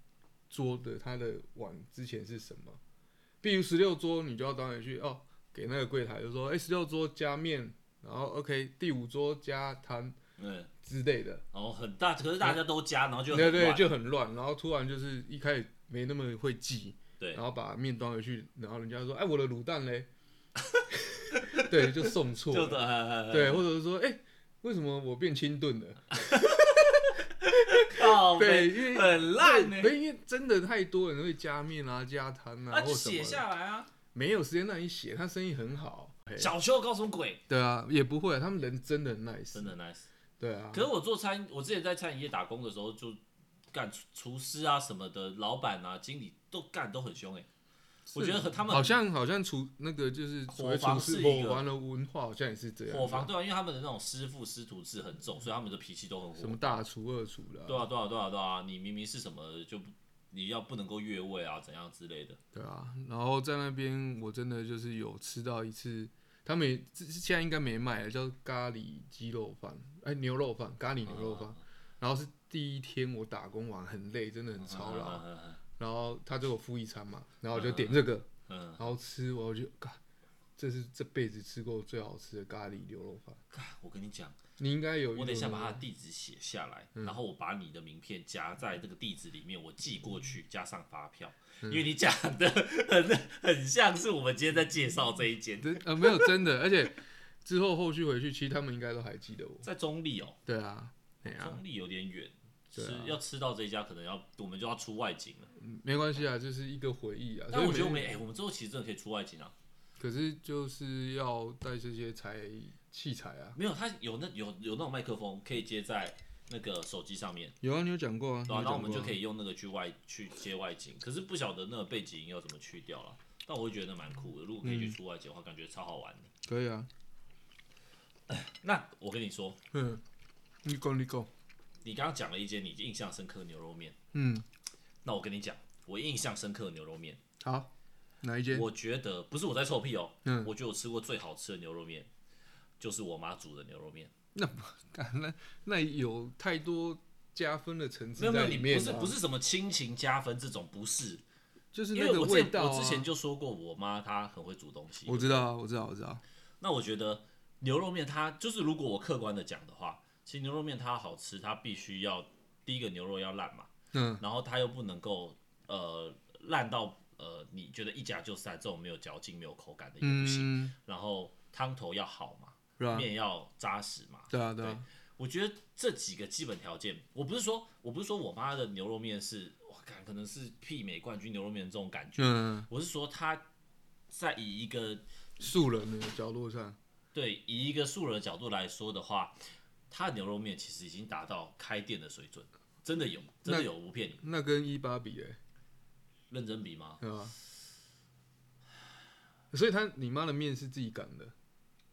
[SPEAKER 2] 桌的它的碗之前是什么。比如十六桌，你就要当然去哦，给那个柜台就说，哎、1十六桌加面，然后 OK，第五桌加汤
[SPEAKER 1] 嗯，
[SPEAKER 2] 之类的，
[SPEAKER 1] 然后哦很大，可是大家都加，然后就很
[SPEAKER 2] 对对，
[SPEAKER 1] 乱
[SPEAKER 2] 就很乱。然后突然就是一开始没那么会记，
[SPEAKER 1] 对
[SPEAKER 2] 然后把面端回去，然后人家说，哎、我的卤蛋 嘞，对，就送错，
[SPEAKER 1] 就呃的
[SPEAKER 2] 对，或者是说，哎、为什么我变清炖了？
[SPEAKER 1] 靠
[SPEAKER 2] 对，
[SPEAKER 1] 背，
[SPEAKER 2] 因为
[SPEAKER 1] 很烂呢，
[SPEAKER 2] 对，因为真的太多人会加面啊、加汤啊，
[SPEAKER 1] 那
[SPEAKER 2] 或
[SPEAKER 1] 就
[SPEAKER 2] 什么
[SPEAKER 1] 写
[SPEAKER 2] 的
[SPEAKER 1] 下来啊。
[SPEAKER 2] 没有时间让你写，他生意很好。嘿
[SPEAKER 1] 小秋告诉鬼，
[SPEAKER 2] 对啊，也不会，他们人真的很 nice，
[SPEAKER 1] 真的 nice。
[SPEAKER 2] 对啊
[SPEAKER 1] 可，是我做餐，我之前在餐饮业打工的时候，就干厨厨师啊什么的，老板啊、经理都干都很凶哎。我觉得和他们
[SPEAKER 2] 好像好像厨那个就是所谓
[SPEAKER 1] 伙房
[SPEAKER 2] 厨师
[SPEAKER 1] 是一
[SPEAKER 2] 伙
[SPEAKER 1] 个
[SPEAKER 2] 房的文化，好像也是这样。
[SPEAKER 1] 伙房对啊，因为他们的那种师傅师徒制很重，所以他们的脾气都很火
[SPEAKER 2] 什么大厨、二厨的、
[SPEAKER 1] 对啊，对啊，对啊，对啊，你明明是什么就不，你要不能够越位啊，怎样之类的。
[SPEAKER 2] 对啊，然后在那边我真的就是有吃到一次，他们也这现在应该没卖了，叫咖喱鸡肉饭，哎、牛肉饭，咖喱牛肉
[SPEAKER 1] 啊
[SPEAKER 2] 饭。然后是第一天我打工完很累，真的很操劳，
[SPEAKER 1] 嗯。嗯
[SPEAKER 2] 然后他就有付一餐嘛，然后我就点这个，
[SPEAKER 1] 嗯，嗯
[SPEAKER 2] 然后吃我就，嘎，这是这辈子吃过最好吃的咖喱牛肉饭，
[SPEAKER 1] 干我跟你讲，
[SPEAKER 2] 你应该有。
[SPEAKER 1] 我等一下把他的地址写下来，
[SPEAKER 2] 嗯
[SPEAKER 1] 然后我把你的名片夹在这个地址里面，我寄过去，加上发票。因
[SPEAKER 2] 嗯
[SPEAKER 1] 为你讲的很很像是我们今天在介绍这一间，
[SPEAKER 2] 真呃没有真的，而且之后后续回去，其实他们应该都还记得我。
[SPEAKER 1] 在中立哦，
[SPEAKER 2] 对啊，哎呀、
[SPEAKER 1] 中立有点远，
[SPEAKER 2] 对啊
[SPEAKER 1] 吃要吃到这一家可能要我们就要出外景了。
[SPEAKER 2] 嗯没关系啊，就是一个回忆啊。
[SPEAKER 1] 但
[SPEAKER 2] 所以
[SPEAKER 1] 我觉得我
[SPEAKER 2] 每
[SPEAKER 1] 们哎，我们之后其实真的可以出外景啊。
[SPEAKER 2] 可是就是要带这些材器材啊。
[SPEAKER 1] 没有，他有那有有那种麦克风可以接在那个手机上面。
[SPEAKER 2] 有啊，你有讲过啊，
[SPEAKER 1] 对啊，
[SPEAKER 2] 你有
[SPEAKER 1] 那我
[SPEAKER 2] 讲
[SPEAKER 1] 们
[SPEAKER 2] 过
[SPEAKER 1] 就
[SPEAKER 2] 啊
[SPEAKER 1] 可以用那个去外去接外景，可是不晓得那个背景音要怎么去掉了。但我会觉得蛮酷的，如果可以
[SPEAKER 2] 嗯
[SPEAKER 1] 去出外景的话，感觉超好玩的。
[SPEAKER 2] 可以啊。
[SPEAKER 1] 那我跟你说，
[SPEAKER 2] 嗯，你讲你讲，
[SPEAKER 1] 你刚刚讲了一间你印象深刻的牛肉面，
[SPEAKER 2] 嗯，
[SPEAKER 1] 那我跟你讲，我印象深刻的牛肉面，
[SPEAKER 2] 好，哪一间？
[SPEAKER 1] 我觉得不是我在臭屁哦，
[SPEAKER 2] 嗯
[SPEAKER 1] 我觉得我吃过最好吃的牛肉面就是我妈煮的牛肉面。
[SPEAKER 2] 那那那有太多加分的层
[SPEAKER 1] 没有没
[SPEAKER 2] 次在
[SPEAKER 1] 有，
[SPEAKER 2] 里
[SPEAKER 1] 你
[SPEAKER 2] 面、
[SPEAKER 1] 不
[SPEAKER 2] 啊，
[SPEAKER 1] 是不是什么亲情加分这种，不是，
[SPEAKER 2] 就是
[SPEAKER 1] 因
[SPEAKER 2] 那
[SPEAKER 1] 为
[SPEAKER 2] 个
[SPEAKER 1] 我
[SPEAKER 2] 味
[SPEAKER 1] 之
[SPEAKER 2] 道、
[SPEAKER 1] 前
[SPEAKER 2] 啊
[SPEAKER 1] 我之前就说过，我妈她很会煮东西。
[SPEAKER 2] 我知道啊，我知道，我知道，
[SPEAKER 1] 那我觉得牛肉面它就是，如果我客观的讲的话，其实牛肉面它好吃，它必须要第一个牛肉要烂嘛，
[SPEAKER 2] 嗯，
[SPEAKER 1] 然后它又不能够呃烂到呃你觉得一夹就散这种没有嚼劲、没有口感的也不行。
[SPEAKER 2] 嗯，
[SPEAKER 1] 然后汤头要好嘛，
[SPEAKER 2] 是吧？
[SPEAKER 1] 面要扎实嘛，
[SPEAKER 2] 对啊，对啊，
[SPEAKER 1] 我觉得这几个基本条件，我不是说我不是说我妈的牛肉面是，我看可能是媲美冠军牛肉面这种感觉，
[SPEAKER 2] 嗯，
[SPEAKER 1] 我是说她在以一个
[SPEAKER 2] 素人的角落上，
[SPEAKER 1] 对以一个素人的角度来说的话，她的牛肉面其实已经达到开店的水准，真的有，真的有，我不骗你，
[SPEAKER 2] 那跟一八比、欸，
[SPEAKER 1] 认真比吗？
[SPEAKER 2] 对吧？所以他你妈的面是自己擀的，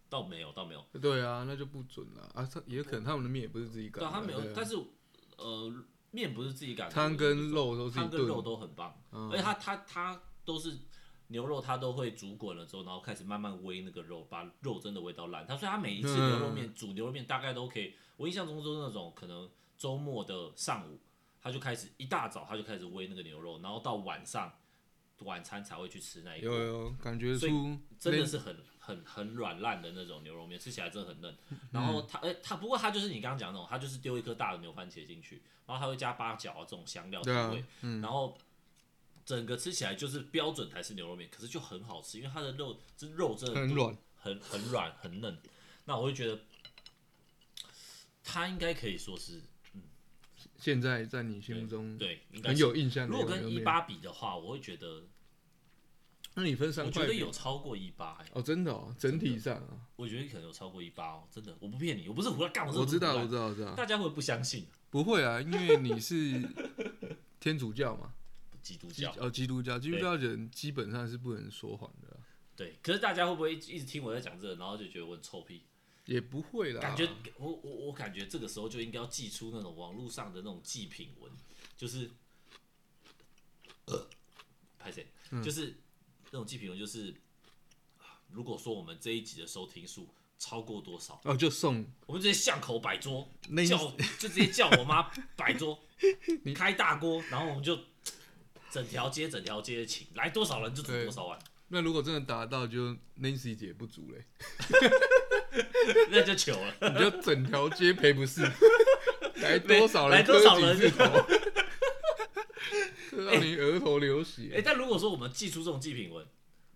[SPEAKER 1] 倒没有，倒没有，
[SPEAKER 2] 对啊，那就不准了啊！他也可能他们的面也不是自己擀
[SPEAKER 1] 对，
[SPEAKER 2] 的，
[SPEAKER 1] 她没有，
[SPEAKER 2] 啊
[SPEAKER 1] 但是呃，面不是自己擀的，
[SPEAKER 2] 汤
[SPEAKER 1] 我觉得不
[SPEAKER 2] 跟
[SPEAKER 1] 错
[SPEAKER 2] 肉都是
[SPEAKER 1] 汤
[SPEAKER 2] 一
[SPEAKER 1] 跟
[SPEAKER 2] 顿
[SPEAKER 1] 肉都很棒，而且它它它都是牛肉，它都会煮滚了之后，然后开始慢慢煨那个肉，把肉真的煨到烂。它所以它每一次牛肉面、煮牛肉面大概都可以，我印象中都是那种可能周末的上午，它就开始一大早它就开始煨那个牛肉，然后到晚上晚餐才会去吃那一
[SPEAKER 2] 有
[SPEAKER 1] 锅，
[SPEAKER 2] 有感觉
[SPEAKER 1] 所以
[SPEAKER 2] 出
[SPEAKER 1] 真的
[SPEAKER 2] 那
[SPEAKER 1] 是很很很软烂的那种牛肉面，吃起来真的很 嫩。然后它哎、它不过它就是你刚刚讲的那哦种，它就是丢一颗大的牛番茄进去，然后它会加八角啊这种香料
[SPEAKER 2] 对
[SPEAKER 1] 调
[SPEAKER 2] 啊
[SPEAKER 1] 味。，
[SPEAKER 2] 嗯，
[SPEAKER 1] 然后整个吃起来就是标准台式牛肉面，可是就很好吃，因为它的肉这肉真的
[SPEAKER 2] 很软，
[SPEAKER 1] 很很软很嫩。那我会觉得，它应该可以说是
[SPEAKER 2] 现在在你心目中
[SPEAKER 1] 对，应该
[SPEAKER 2] 嗯很
[SPEAKER 1] 是。
[SPEAKER 2] 有印象的
[SPEAKER 1] 如
[SPEAKER 2] 牛
[SPEAKER 1] 果
[SPEAKER 2] 肉面。
[SPEAKER 1] 跟一八比的话，我会觉得，
[SPEAKER 2] 那你分三
[SPEAKER 1] 我
[SPEAKER 2] 块
[SPEAKER 1] 觉
[SPEAKER 2] 比，
[SPEAKER 1] 得有超过一八、欸，
[SPEAKER 2] 哦，真的哦，整体上啊，
[SPEAKER 1] 我觉得可能有超过一八哦，真的，我不骗你，我不是胡乱干，
[SPEAKER 2] 我知道，我
[SPEAKER 1] 我
[SPEAKER 2] 知道，我知道
[SPEAKER 1] 道，，大家会不不相信
[SPEAKER 2] 不会啊，因为 你是天主教嘛，
[SPEAKER 1] 基督
[SPEAKER 2] 基
[SPEAKER 1] 教。
[SPEAKER 2] 哦基督教，基督教人基本上是不能说谎的啊，
[SPEAKER 1] 对，可是大家会不会一直一直听我在讲这个，然后就觉得我很臭屁？
[SPEAKER 2] 也不会啦，
[SPEAKER 1] 感觉我我我感觉这个时候就应该要寄出那种网络上的那种祭品文，就是，呃拍、谁、
[SPEAKER 2] 嗯
[SPEAKER 1] 就是那种祭品文，就是如果说我们这一集的收听数超过多少，
[SPEAKER 2] 哦就送
[SPEAKER 1] 我们直接巷口摆桌
[SPEAKER 2] 那，
[SPEAKER 1] 叫就直接叫我妈摆 桌，开大锅，然后我们就整条街整条街请来多少人就煮
[SPEAKER 2] 对
[SPEAKER 1] 多少碗，
[SPEAKER 2] 那如果真的达到，就 Nancy 姐不足嘞，
[SPEAKER 1] 那就糗了。
[SPEAKER 2] 你就整条街赔 不是，来多少
[SPEAKER 1] 来
[SPEAKER 2] 人
[SPEAKER 1] 多少
[SPEAKER 2] 磕
[SPEAKER 1] 人
[SPEAKER 2] 几 次头，磕到你额头流血
[SPEAKER 1] 哎、。但如果说我们寄出这种祭品文，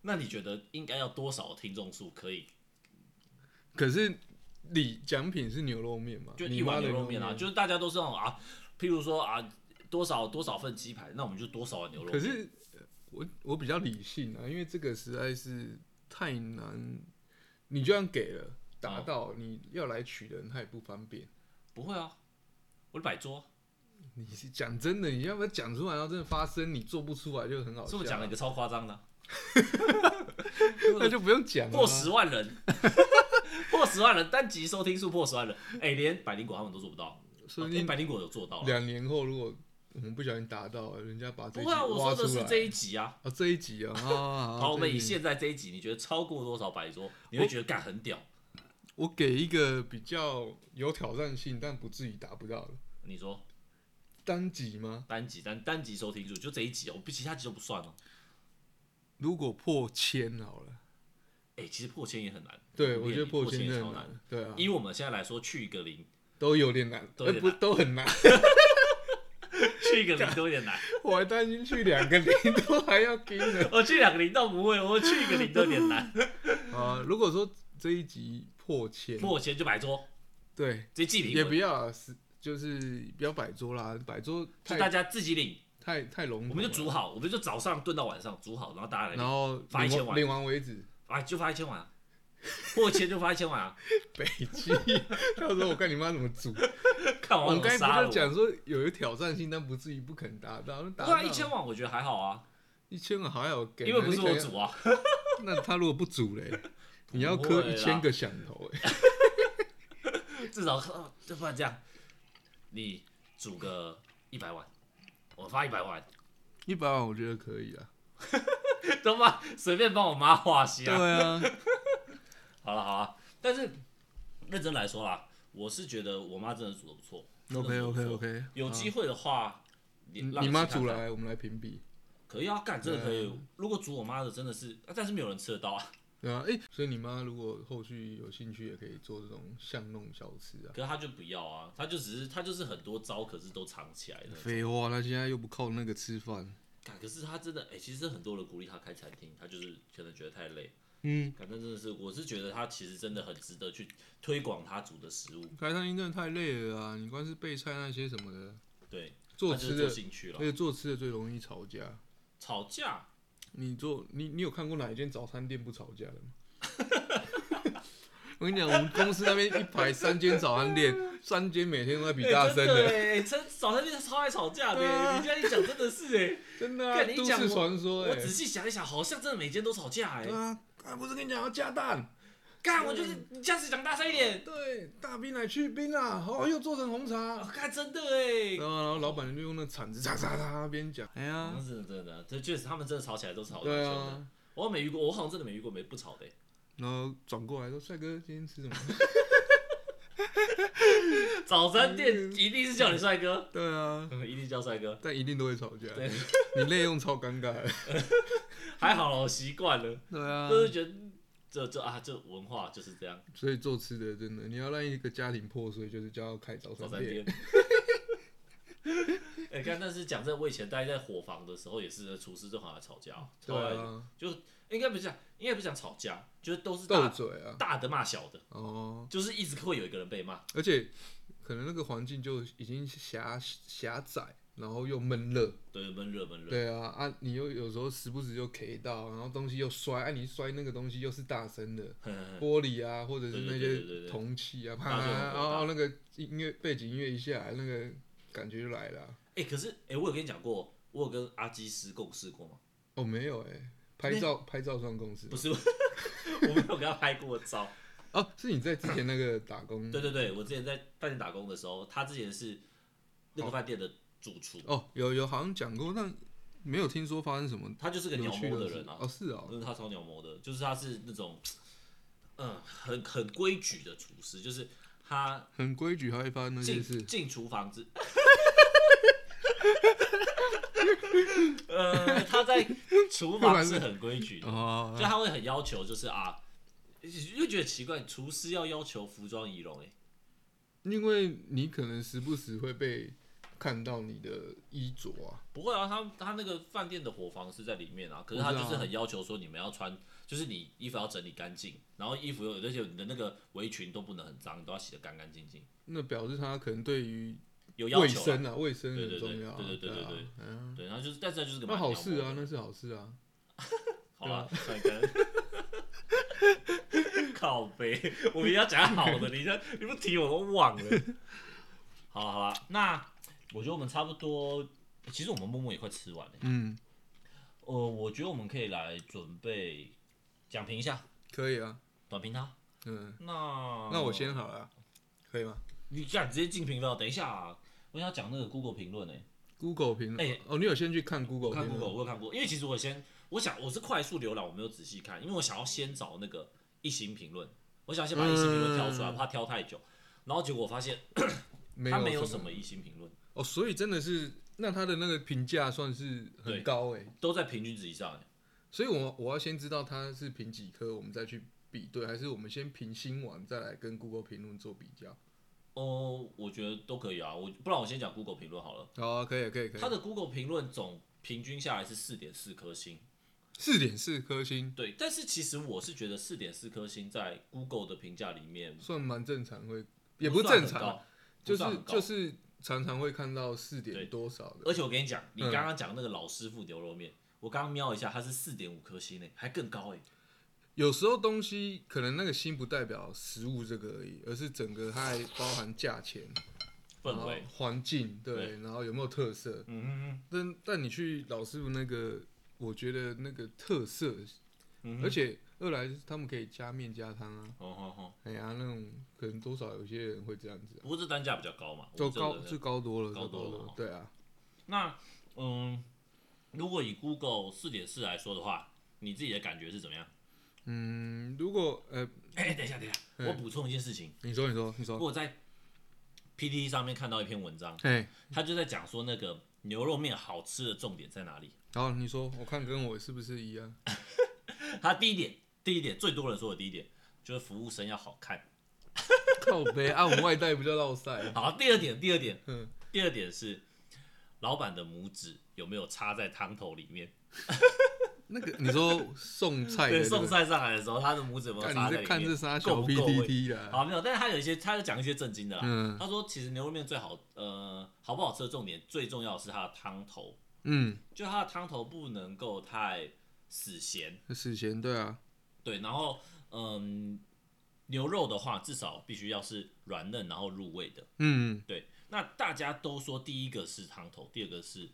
[SPEAKER 1] 那你觉得应该要多少听众数可以？
[SPEAKER 2] 可是你奖品是牛肉面嘛？
[SPEAKER 1] 就
[SPEAKER 2] 你
[SPEAKER 1] 一碗
[SPEAKER 2] 妈的
[SPEAKER 1] 牛
[SPEAKER 2] 牛
[SPEAKER 1] 肉面啊，就是大家都是那种啊，譬如说啊，多少多少份鸡排，那我们就多少碗牛肉
[SPEAKER 2] 可
[SPEAKER 1] 面。
[SPEAKER 2] 是呃我我比较理性啊，因为这个实在是太难，你就算给了达
[SPEAKER 1] 嗯
[SPEAKER 2] 到，你要来取的人他也不方便。
[SPEAKER 1] 不会啊，我就摆桌，啊
[SPEAKER 2] 你是讲真的，你要不要讲出来？然后真的发生，你做不出来就很好
[SPEAKER 1] 是我
[SPEAKER 2] 笑
[SPEAKER 1] 讲了一
[SPEAKER 2] 啊。
[SPEAKER 1] 个超夸张的啊，
[SPEAKER 2] 那就不用讲了啊。
[SPEAKER 1] 破十万 人，破十万人，单集收听数破十万人，哎、连百灵果他们都做不到，哦
[SPEAKER 2] 说不
[SPEAKER 1] 连
[SPEAKER 2] 定
[SPEAKER 1] 百灵果有做到了。
[SPEAKER 2] 两年后，如果我们不小心达到，人家把这
[SPEAKER 1] 不
[SPEAKER 2] 一集
[SPEAKER 1] 会啊，我
[SPEAKER 2] 挖
[SPEAKER 1] 说
[SPEAKER 2] 出
[SPEAKER 1] 的是
[SPEAKER 2] 来
[SPEAKER 1] 这一集啊。
[SPEAKER 2] 啊这一集啊， 啊
[SPEAKER 1] 好，我们以，
[SPEAKER 2] 这一集
[SPEAKER 1] 现在这一集，你觉得超过多少摆桌，你会觉得干很屌？
[SPEAKER 2] 我给一个比较有挑战性，但不至于达不到的
[SPEAKER 1] 你说
[SPEAKER 2] 单集吗？
[SPEAKER 1] 单集单单集收听数就这一集哦，不其他集都不算哦。
[SPEAKER 2] 如果破千好了。
[SPEAKER 1] 哎、其实破千也很难。
[SPEAKER 2] 对，
[SPEAKER 1] 不
[SPEAKER 2] 我
[SPEAKER 1] 骗
[SPEAKER 2] 觉得
[SPEAKER 1] 你
[SPEAKER 2] 破
[SPEAKER 1] 千
[SPEAKER 2] 千
[SPEAKER 1] 也
[SPEAKER 2] 真的
[SPEAKER 1] 超
[SPEAKER 2] 很
[SPEAKER 1] 难。
[SPEAKER 2] 难，对啊，
[SPEAKER 1] 以我们现在来说，去一个零，
[SPEAKER 2] 都有点难，
[SPEAKER 1] 都有点
[SPEAKER 2] 呃，不
[SPEAKER 1] 难
[SPEAKER 2] 都很难。
[SPEAKER 1] 去一个零都有点 难。
[SPEAKER 2] 我还担心去两个零都还要跟 呢。
[SPEAKER 1] 我去两个零倒不会，我去一个零都有点 难。
[SPEAKER 2] 啊，如果说这一集破千，
[SPEAKER 1] 破千就摆桌，
[SPEAKER 2] 对，
[SPEAKER 1] 直接记
[SPEAKER 2] 也
[SPEAKER 1] 平
[SPEAKER 2] 不
[SPEAKER 1] 文，
[SPEAKER 2] 要啊是就是不要摆桌啦，摆桌
[SPEAKER 1] 就大
[SPEAKER 2] 太
[SPEAKER 1] 家自己领，
[SPEAKER 2] 太太笼统
[SPEAKER 1] 我
[SPEAKER 2] 了，
[SPEAKER 1] 们就煮好，我们就早上炖到晚上煮好，然后大家来
[SPEAKER 2] 然
[SPEAKER 1] 领，
[SPEAKER 2] 后
[SPEAKER 1] 发一
[SPEAKER 2] 领
[SPEAKER 1] 千
[SPEAKER 2] 完
[SPEAKER 1] 碗
[SPEAKER 2] 领完为止。
[SPEAKER 1] 啊，就发一千碗 啊。破千就发一千碗啊！
[SPEAKER 2] 北 极，到时候我看你妈怎么煮。
[SPEAKER 1] 看
[SPEAKER 2] 我
[SPEAKER 1] 完哦
[SPEAKER 2] 们
[SPEAKER 1] 我
[SPEAKER 2] 刚才
[SPEAKER 1] 杀
[SPEAKER 2] 不
[SPEAKER 1] 了
[SPEAKER 2] 是讲说有一个挑战性，但不至于不肯达到。那
[SPEAKER 1] 我
[SPEAKER 2] 达
[SPEAKER 1] 不啊
[SPEAKER 2] 到
[SPEAKER 1] 然一千碗我觉得还好啊，
[SPEAKER 2] 一千个好有给，
[SPEAKER 1] 因为不是
[SPEAKER 2] 那
[SPEAKER 1] 我
[SPEAKER 2] 你可能
[SPEAKER 1] 煮啊。
[SPEAKER 2] 那他如果不煮嘞，你要
[SPEAKER 1] 不
[SPEAKER 2] 磕
[SPEAKER 1] 会啦
[SPEAKER 2] 一千个响头哎。
[SPEAKER 1] 至少呃要不然这样，你煮个一百碗，我发一百碗，
[SPEAKER 2] 一百万我觉得可以啊。
[SPEAKER 1] 都妈随便帮我妈画
[SPEAKER 2] 对
[SPEAKER 1] 虾。
[SPEAKER 2] 啊，
[SPEAKER 1] 好了好了，但是认真来说啦，我是觉得我妈真的煮的不错。
[SPEAKER 2] OK OK OK，
[SPEAKER 1] 有机会的话，你让
[SPEAKER 2] 你妈
[SPEAKER 1] 去看
[SPEAKER 2] 煮
[SPEAKER 1] 看
[SPEAKER 2] 来，我们来评比。
[SPEAKER 1] 可以啊，干真的可以
[SPEAKER 2] 对。
[SPEAKER 1] 如果煮我妈的真的是，啊但是没有人吃得到啊。
[SPEAKER 2] 对啊，哎、所以你妈如果后续有兴趣，也可以做这种巷弄小吃啊。
[SPEAKER 1] 可是她就不要啊，她就只是她就是很多招，可是都藏起来的。
[SPEAKER 2] 废话，她现在又不靠那个吃饭。
[SPEAKER 1] 干可是她真的，哎、其实很多人鼓励她开餐厅，她就是可能觉得太累。
[SPEAKER 2] 嗯，
[SPEAKER 1] 反正真的是，我是觉得她其实真的很值得去推广她煮的食物。
[SPEAKER 2] 开餐厅真的太累了啊！你光是备菜那些什么的，
[SPEAKER 1] 对，
[SPEAKER 2] 做
[SPEAKER 1] 她就是
[SPEAKER 2] 吃
[SPEAKER 1] 做
[SPEAKER 2] 的，
[SPEAKER 1] 兴趣
[SPEAKER 2] 而
[SPEAKER 1] 了。
[SPEAKER 2] 且做吃的最容易吵架。
[SPEAKER 1] 吵架，
[SPEAKER 2] 你做你你有看过哪一间早餐店不吵架的吗？ 我跟你讲，我们公司那边一排三间早餐店，三间每天都在比大声
[SPEAKER 1] 的，
[SPEAKER 2] 的，
[SPEAKER 1] 哎、真早餐店超爱吵架的、
[SPEAKER 2] 对啊
[SPEAKER 1] 你这样一讲真的是哎、
[SPEAKER 2] 真的、啊，
[SPEAKER 1] 干你
[SPEAKER 2] 都
[SPEAKER 1] 一讲
[SPEAKER 2] 市
[SPEAKER 1] 我
[SPEAKER 2] 传说哎、
[SPEAKER 1] 我仔细想一想，好像真的每间都吵架哎、
[SPEAKER 2] 对啊，啊不是跟你讲要加蛋，
[SPEAKER 1] 干，我就是你下次讲大声一点。
[SPEAKER 2] 对，大冰奶去冰啊，哦又做成红
[SPEAKER 1] 啊，
[SPEAKER 2] 茶，
[SPEAKER 1] 看真的哎
[SPEAKER 2] 然，后然后老板就用那铲子嚓嚓嚓边讲，哎呀，
[SPEAKER 1] 嗯真的真的，这确实他们真的吵起来都是吵得
[SPEAKER 2] 对
[SPEAKER 1] 很凶的。
[SPEAKER 2] 啊，
[SPEAKER 1] 我没遇过，我好像真的没遇过没不吵的欸，
[SPEAKER 2] 然后转过来说帅哥今天吃什 么？
[SPEAKER 1] 早餐店
[SPEAKER 2] 嗯
[SPEAKER 1] 一定是叫你帅哥，
[SPEAKER 2] 对啊，
[SPEAKER 1] 嗯一定叫帅哥。
[SPEAKER 2] 但一定都会吵架，
[SPEAKER 1] 对
[SPEAKER 2] 你内用超尴尬的，
[SPEAKER 1] 还好啦我习惯了，
[SPEAKER 2] 对啊
[SPEAKER 1] 就是觉得这这啊这文化就是这样。
[SPEAKER 2] 所以做吃的真的，你要让一个家庭破碎，就是叫他开早
[SPEAKER 1] 早餐
[SPEAKER 2] 餐店。
[SPEAKER 1] 店。 哎、看，但是讲真，我以前待在伙房的时候，也是厨师就好像吵架哦，
[SPEAKER 2] 对
[SPEAKER 1] 超爱的，
[SPEAKER 2] 啊，
[SPEAKER 1] 应该不是讲，应该不是讲吵架，就是都是
[SPEAKER 2] 斗
[SPEAKER 1] 大
[SPEAKER 2] 嘴啊，
[SPEAKER 1] 大的骂小的，
[SPEAKER 2] 哦，
[SPEAKER 1] 就是一直会有一个人被骂。
[SPEAKER 2] 而且可能那个环境就已经狭狭窄，然后又闷热，
[SPEAKER 1] 对，闷热 闷热。
[SPEAKER 2] 对啊啊，你又有时候时不时就 K 到，然后东西又摔，哎、你摔那个东西又是大声的，玻璃啊，或者是那
[SPEAKER 1] 嗯对对对对
[SPEAKER 2] 些
[SPEAKER 1] 对
[SPEAKER 2] 铜器啊，
[SPEAKER 1] 大
[SPEAKER 2] 啪，
[SPEAKER 1] 家有
[SPEAKER 2] 然
[SPEAKER 1] 多大
[SPEAKER 2] 后那个音乐背景音乐一下来，那个感觉就来了啊。
[SPEAKER 1] 哎、可是哎、欸我有跟你讲过，我有跟阿基师共事过吗？
[SPEAKER 2] 哦，没有哎、拍照拍照算公司
[SPEAKER 1] 不是， 我没有跟他拍过照。
[SPEAKER 2] 哦，是你在之前那个打工
[SPEAKER 1] 对对对，我之前在饭店打工的时候，他之前是那个饭店的主厨，
[SPEAKER 2] 哦，有有好像讲过，但没有听说发生什么
[SPEAKER 1] 他就是个
[SPEAKER 2] 有
[SPEAKER 1] 鸟
[SPEAKER 2] 趣
[SPEAKER 1] 摸的
[SPEAKER 2] 事
[SPEAKER 1] 人啊，
[SPEAKER 2] 哦，是哦，
[SPEAKER 1] 就是他超鸟摸的，就是他是那种，嗯，很很规矩的厨师，就是他
[SPEAKER 2] 很规矩，还会发生那些
[SPEAKER 1] 进
[SPEAKER 2] 事。
[SPEAKER 1] 进厨房 之。呃，他在厨 房是很规矩的，
[SPEAKER 2] 哦
[SPEAKER 1] 就他会很要求，就是啊，又觉得奇怪，厨师要要求服装仪容、欸，
[SPEAKER 2] 因为你可能时不时会被看到你的衣着啊，
[SPEAKER 1] 不会啊，他他那个饭店的伙房是在里面啊，可是
[SPEAKER 2] 我
[SPEAKER 1] 他
[SPEAKER 2] 知道
[SPEAKER 1] 就
[SPEAKER 2] 啊
[SPEAKER 1] 是很要求说你们要穿，就是你衣服要整理干净，然后衣服有而且你的那个围裙都不能很脏，你都要洗得干干净净，
[SPEAKER 2] 那表示他可能对于
[SPEAKER 1] 有要
[SPEAKER 2] 卫
[SPEAKER 1] 求啊。
[SPEAKER 2] 生啊，卫生
[SPEAKER 1] 对
[SPEAKER 2] 很
[SPEAKER 1] 对对
[SPEAKER 2] 重要啊。
[SPEAKER 1] 对对对
[SPEAKER 2] 啊
[SPEAKER 1] 对对
[SPEAKER 2] 嗯，
[SPEAKER 1] 对，然后就是，但是他就是个
[SPEAKER 2] 那
[SPEAKER 1] 蛮
[SPEAKER 2] 好
[SPEAKER 1] 鸟
[SPEAKER 2] 事
[SPEAKER 1] 摸
[SPEAKER 2] 啊，
[SPEAKER 1] 的
[SPEAKER 2] 那是好事啊。
[SPEAKER 1] 好了，算一个。 靠背，我明明要讲好的，你这你不提我都忘了。好了好了，那我觉得我们差不多，其实我们默默也快吃完了。
[SPEAKER 2] 嗯，
[SPEAKER 1] 呃，我觉得我们可以来准备讲评一下，
[SPEAKER 2] 可以啊。
[SPEAKER 1] 短评它。
[SPEAKER 2] 嗯，
[SPEAKER 1] 那
[SPEAKER 2] 那我先，好了啊，可以吗
[SPEAKER 1] 你敢直接进评论？等一下、啊，我想讲那个 Google 评论呢、
[SPEAKER 2] ？Google 评
[SPEAKER 1] 哎
[SPEAKER 2] 论哦，你有先去看
[SPEAKER 1] 我
[SPEAKER 2] Google
[SPEAKER 1] 看
[SPEAKER 2] 评
[SPEAKER 1] Google，
[SPEAKER 2] 论？
[SPEAKER 1] 我有看过，因为其实我先，我想我是快速浏览，我没有仔细看，因为我想要先找那个一星评论，我想先把一星评论挑出来，
[SPEAKER 2] 嗯
[SPEAKER 1] 怕挑太久。然后结果我发现
[SPEAKER 2] 没
[SPEAKER 1] 它没
[SPEAKER 2] 有
[SPEAKER 1] 有什么一星评论，
[SPEAKER 2] 哦，所以真的是，那他的那个评价算是
[SPEAKER 1] 对
[SPEAKER 2] 很高哎、
[SPEAKER 1] 都在平均值以上、欸。
[SPEAKER 2] 所以我我要先知道它是评几颗，我们再去比对，还是我们先评新网，再来跟 Google 评论做比较？
[SPEAKER 1] 哦，我觉得都可以啊，我不然我先讲 Google 评论好了。
[SPEAKER 2] 好、啊，可以，可以，可
[SPEAKER 1] 它
[SPEAKER 2] 以。
[SPEAKER 1] 的 Google 评论总平均下来是四点四颗星，
[SPEAKER 2] 四点四颗星，
[SPEAKER 1] 对。但是其实我是觉得四点四颗星在 Google 的评价里面
[SPEAKER 2] 算蛮正常会，也
[SPEAKER 1] 不
[SPEAKER 2] 不
[SPEAKER 1] 算
[SPEAKER 2] 正
[SPEAKER 1] 很
[SPEAKER 2] 常
[SPEAKER 1] 高
[SPEAKER 2] 啊，，就
[SPEAKER 1] 不算
[SPEAKER 2] 是
[SPEAKER 1] 很高
[SPEAKER 2] 就是常常会看到四
[SPEAKER 1] 对
[SPEAKER 2] 点多少的，
[SPEAKER 1] 而且我跟你讲，你
[SPEAKER 2] 嗯
[SPEAKER 1] 刚刚讲那个老师傅牛肉面，我刚刚瞄一下，它是四点五颗星呢，还更高哎。
[SPEAKER 2] 有时候东西可能那个星不代表食物这个而已，而是整个它还包含价钱、然
[SPEAKER 1] 氛
[SPEAKER 2] 后
[SPEAKER 1] 围，
[SPEAKER 2] 环境，对，然后有没有特色，
[SPEAKER 1] 哦嗯
[SPEAKER 2] 但但你去老师傅那个，我觉得那个特色，
[SPEAKER 1] 嗯
[SPEAKER 2] 而且二来是他们可以加面加汤啊，
[SPEAKER 1] 哦哦哦。
[SPEAKER 2] 哎呀，那种可能多少有些人会这样子、啊，
[SPEAKER 1] 不过这单价比较高嘛，
[SPEAKER 2] 就
[SPEAKER 1] 我不知道
[SPEAKER 2] 高
[SPEAKER 1] 的
[SPEAKER 2] 就高多了，
[SPEAKER 1] 高
[SPEAKER 2] 高
[SPEAKER 1] 多了
[SPEAKER 2] 多了，对啊，
[SPEAKER 1] 那嗯，如果以 Google 四点四来说的话，你自己的感觉是怎么样？
[SPEAKER 2] 嗯，如果呃，
[SPEAKER 1] 哎、等一下，等一下，
[SPEAKER 2] 嗯
[SPEAKER 1] 我补充一件事情，
[SPEAKER 2] 你说你说你说，
[SPEAKER 1] 我在 PPT 上面看到一篇文章，
[SPEAKER 2] 哎，
[SPEAKER 1] 他就在讲说那个牛肉面好吃的重点在哪里。
[SPEAKER 2] 然后你说，我看跟我是不是一样？
[SPEAKER 1] 他第一点，第一点最多人说的第一点就是服务生要好看。
[SPEAKER 2] 靠背啊，我们外带不叫绕赛，
[SPEAKER 1] 好，第二点，第二点，
[SPEAKER 2] 嗯
[SPEAKER 1] 第二点是老板的拇指有没有插在汤头里面？
[SPEAKER 2] 那个你说送菜
[SPEAKER 1] 对，
[SPEAKER 2] 的那个
[SPEAKER 1] 送，菜上来的时候，他的拇指有没有
[SPEAKER 2] 看
[SPEAKER 1] 插
[SPEAKER 2] 你
[SPEAKER 1] 在
[SPEAKER 2] 在
[SPEAKER 1] 里
[SPEAKER 2] 看这
[SPEAKER 1] 面？
[SPEAKER 2] 啥
[SPEAKER 1] 够
[SPEAKER 2] 小
[SPEAKER 1] 不够味
[SPEAKER 2] PPT 啦？
[SPEAKER 1] 啊，没有，但是他有一些，他就讲一些震惊的啦。
[SPEAKER 2] 嗯
[SPEAKER 1] 他说，其实牛肉面最好，呃，好不好吃的重点最重要的是它的汤头，
[SPEAKER 2] 嗯，
[SPEAKER 1] 就它的汤头不能够太死咸。
[SPEAKER 2] 史前对啊，
[SPEAKER 1] 对，然后嗯，牛肉的话，至少必须要是软嫩然后入味的。
[SPEAKER 2] 嗯，
[SPEAKER 1] 对，那大家都说第一个是汤头，第二个是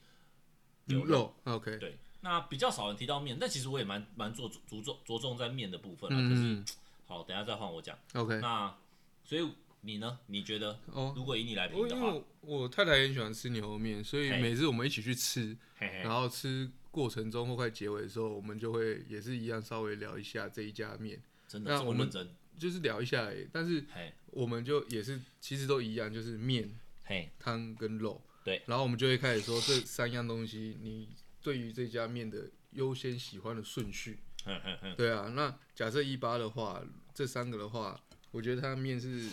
[SPEAKER 2] 牛
[SPEAKER 1] 牛
[SPEAKER 2] 嗯肉 OK，
[SPEAKER 1] 对，那比较少人提到面，但其实我也蛮蛮着着重着重在面的部分了。啊可是
[SPEAKER 2] 嗯
[SPEAKER 1] 好，等一下再换我讲。
[SPEAKER 2] OK，
[SPEAKER 1] 那所以你呢？你觉得
[SPEAKER 2] 哦，
[SPEAKER 1] 如果以你来评
[SPEAKER 2] 我
[SPEAKER 1] 的
[SPEAKER 2] 因为
[SPEAKER 1] 话，
[SPEAKER 2] 我我太太也很喜欢吃牛肉面，所以
[SPEAKER 1] 嘿
[SPEAKER 2] 每次我们一起去吃，
[SPEAKER 1] 嘿嘿
[SPEAKER 2] 然后吃过程中或快结尾的时候，我们就会也是一样稍微聊一下这一家面，
[SPEAKER 1] 真的
[SPEAKER 2] 那
[SPEAKER 1] 这
[SPEAKER 2] 我
[SPEAKER 1] 么认
[SPEAKER 2] 们
[SPEAKER 1] 真？
[SPEAKER 2] 就是聊一下而已。但是
[SPEAKER 1] 嘿
[SPEAKER 2] 我们就也是其实都一样，就是面、
[SPEAKER 1] 嘿，
[SPEAKER 2] 汤跟肉。
[SPEAKER 1] 对，
[SPEAKER 2] 然后我们就会开始说这三样东西，你对于这家面的优先喜欢的顺序。
[SPEAKER 1] 哼哼哼，
[SPEAKER 2] 对啊，那假设一八的话，这三个的话，我觉得它面是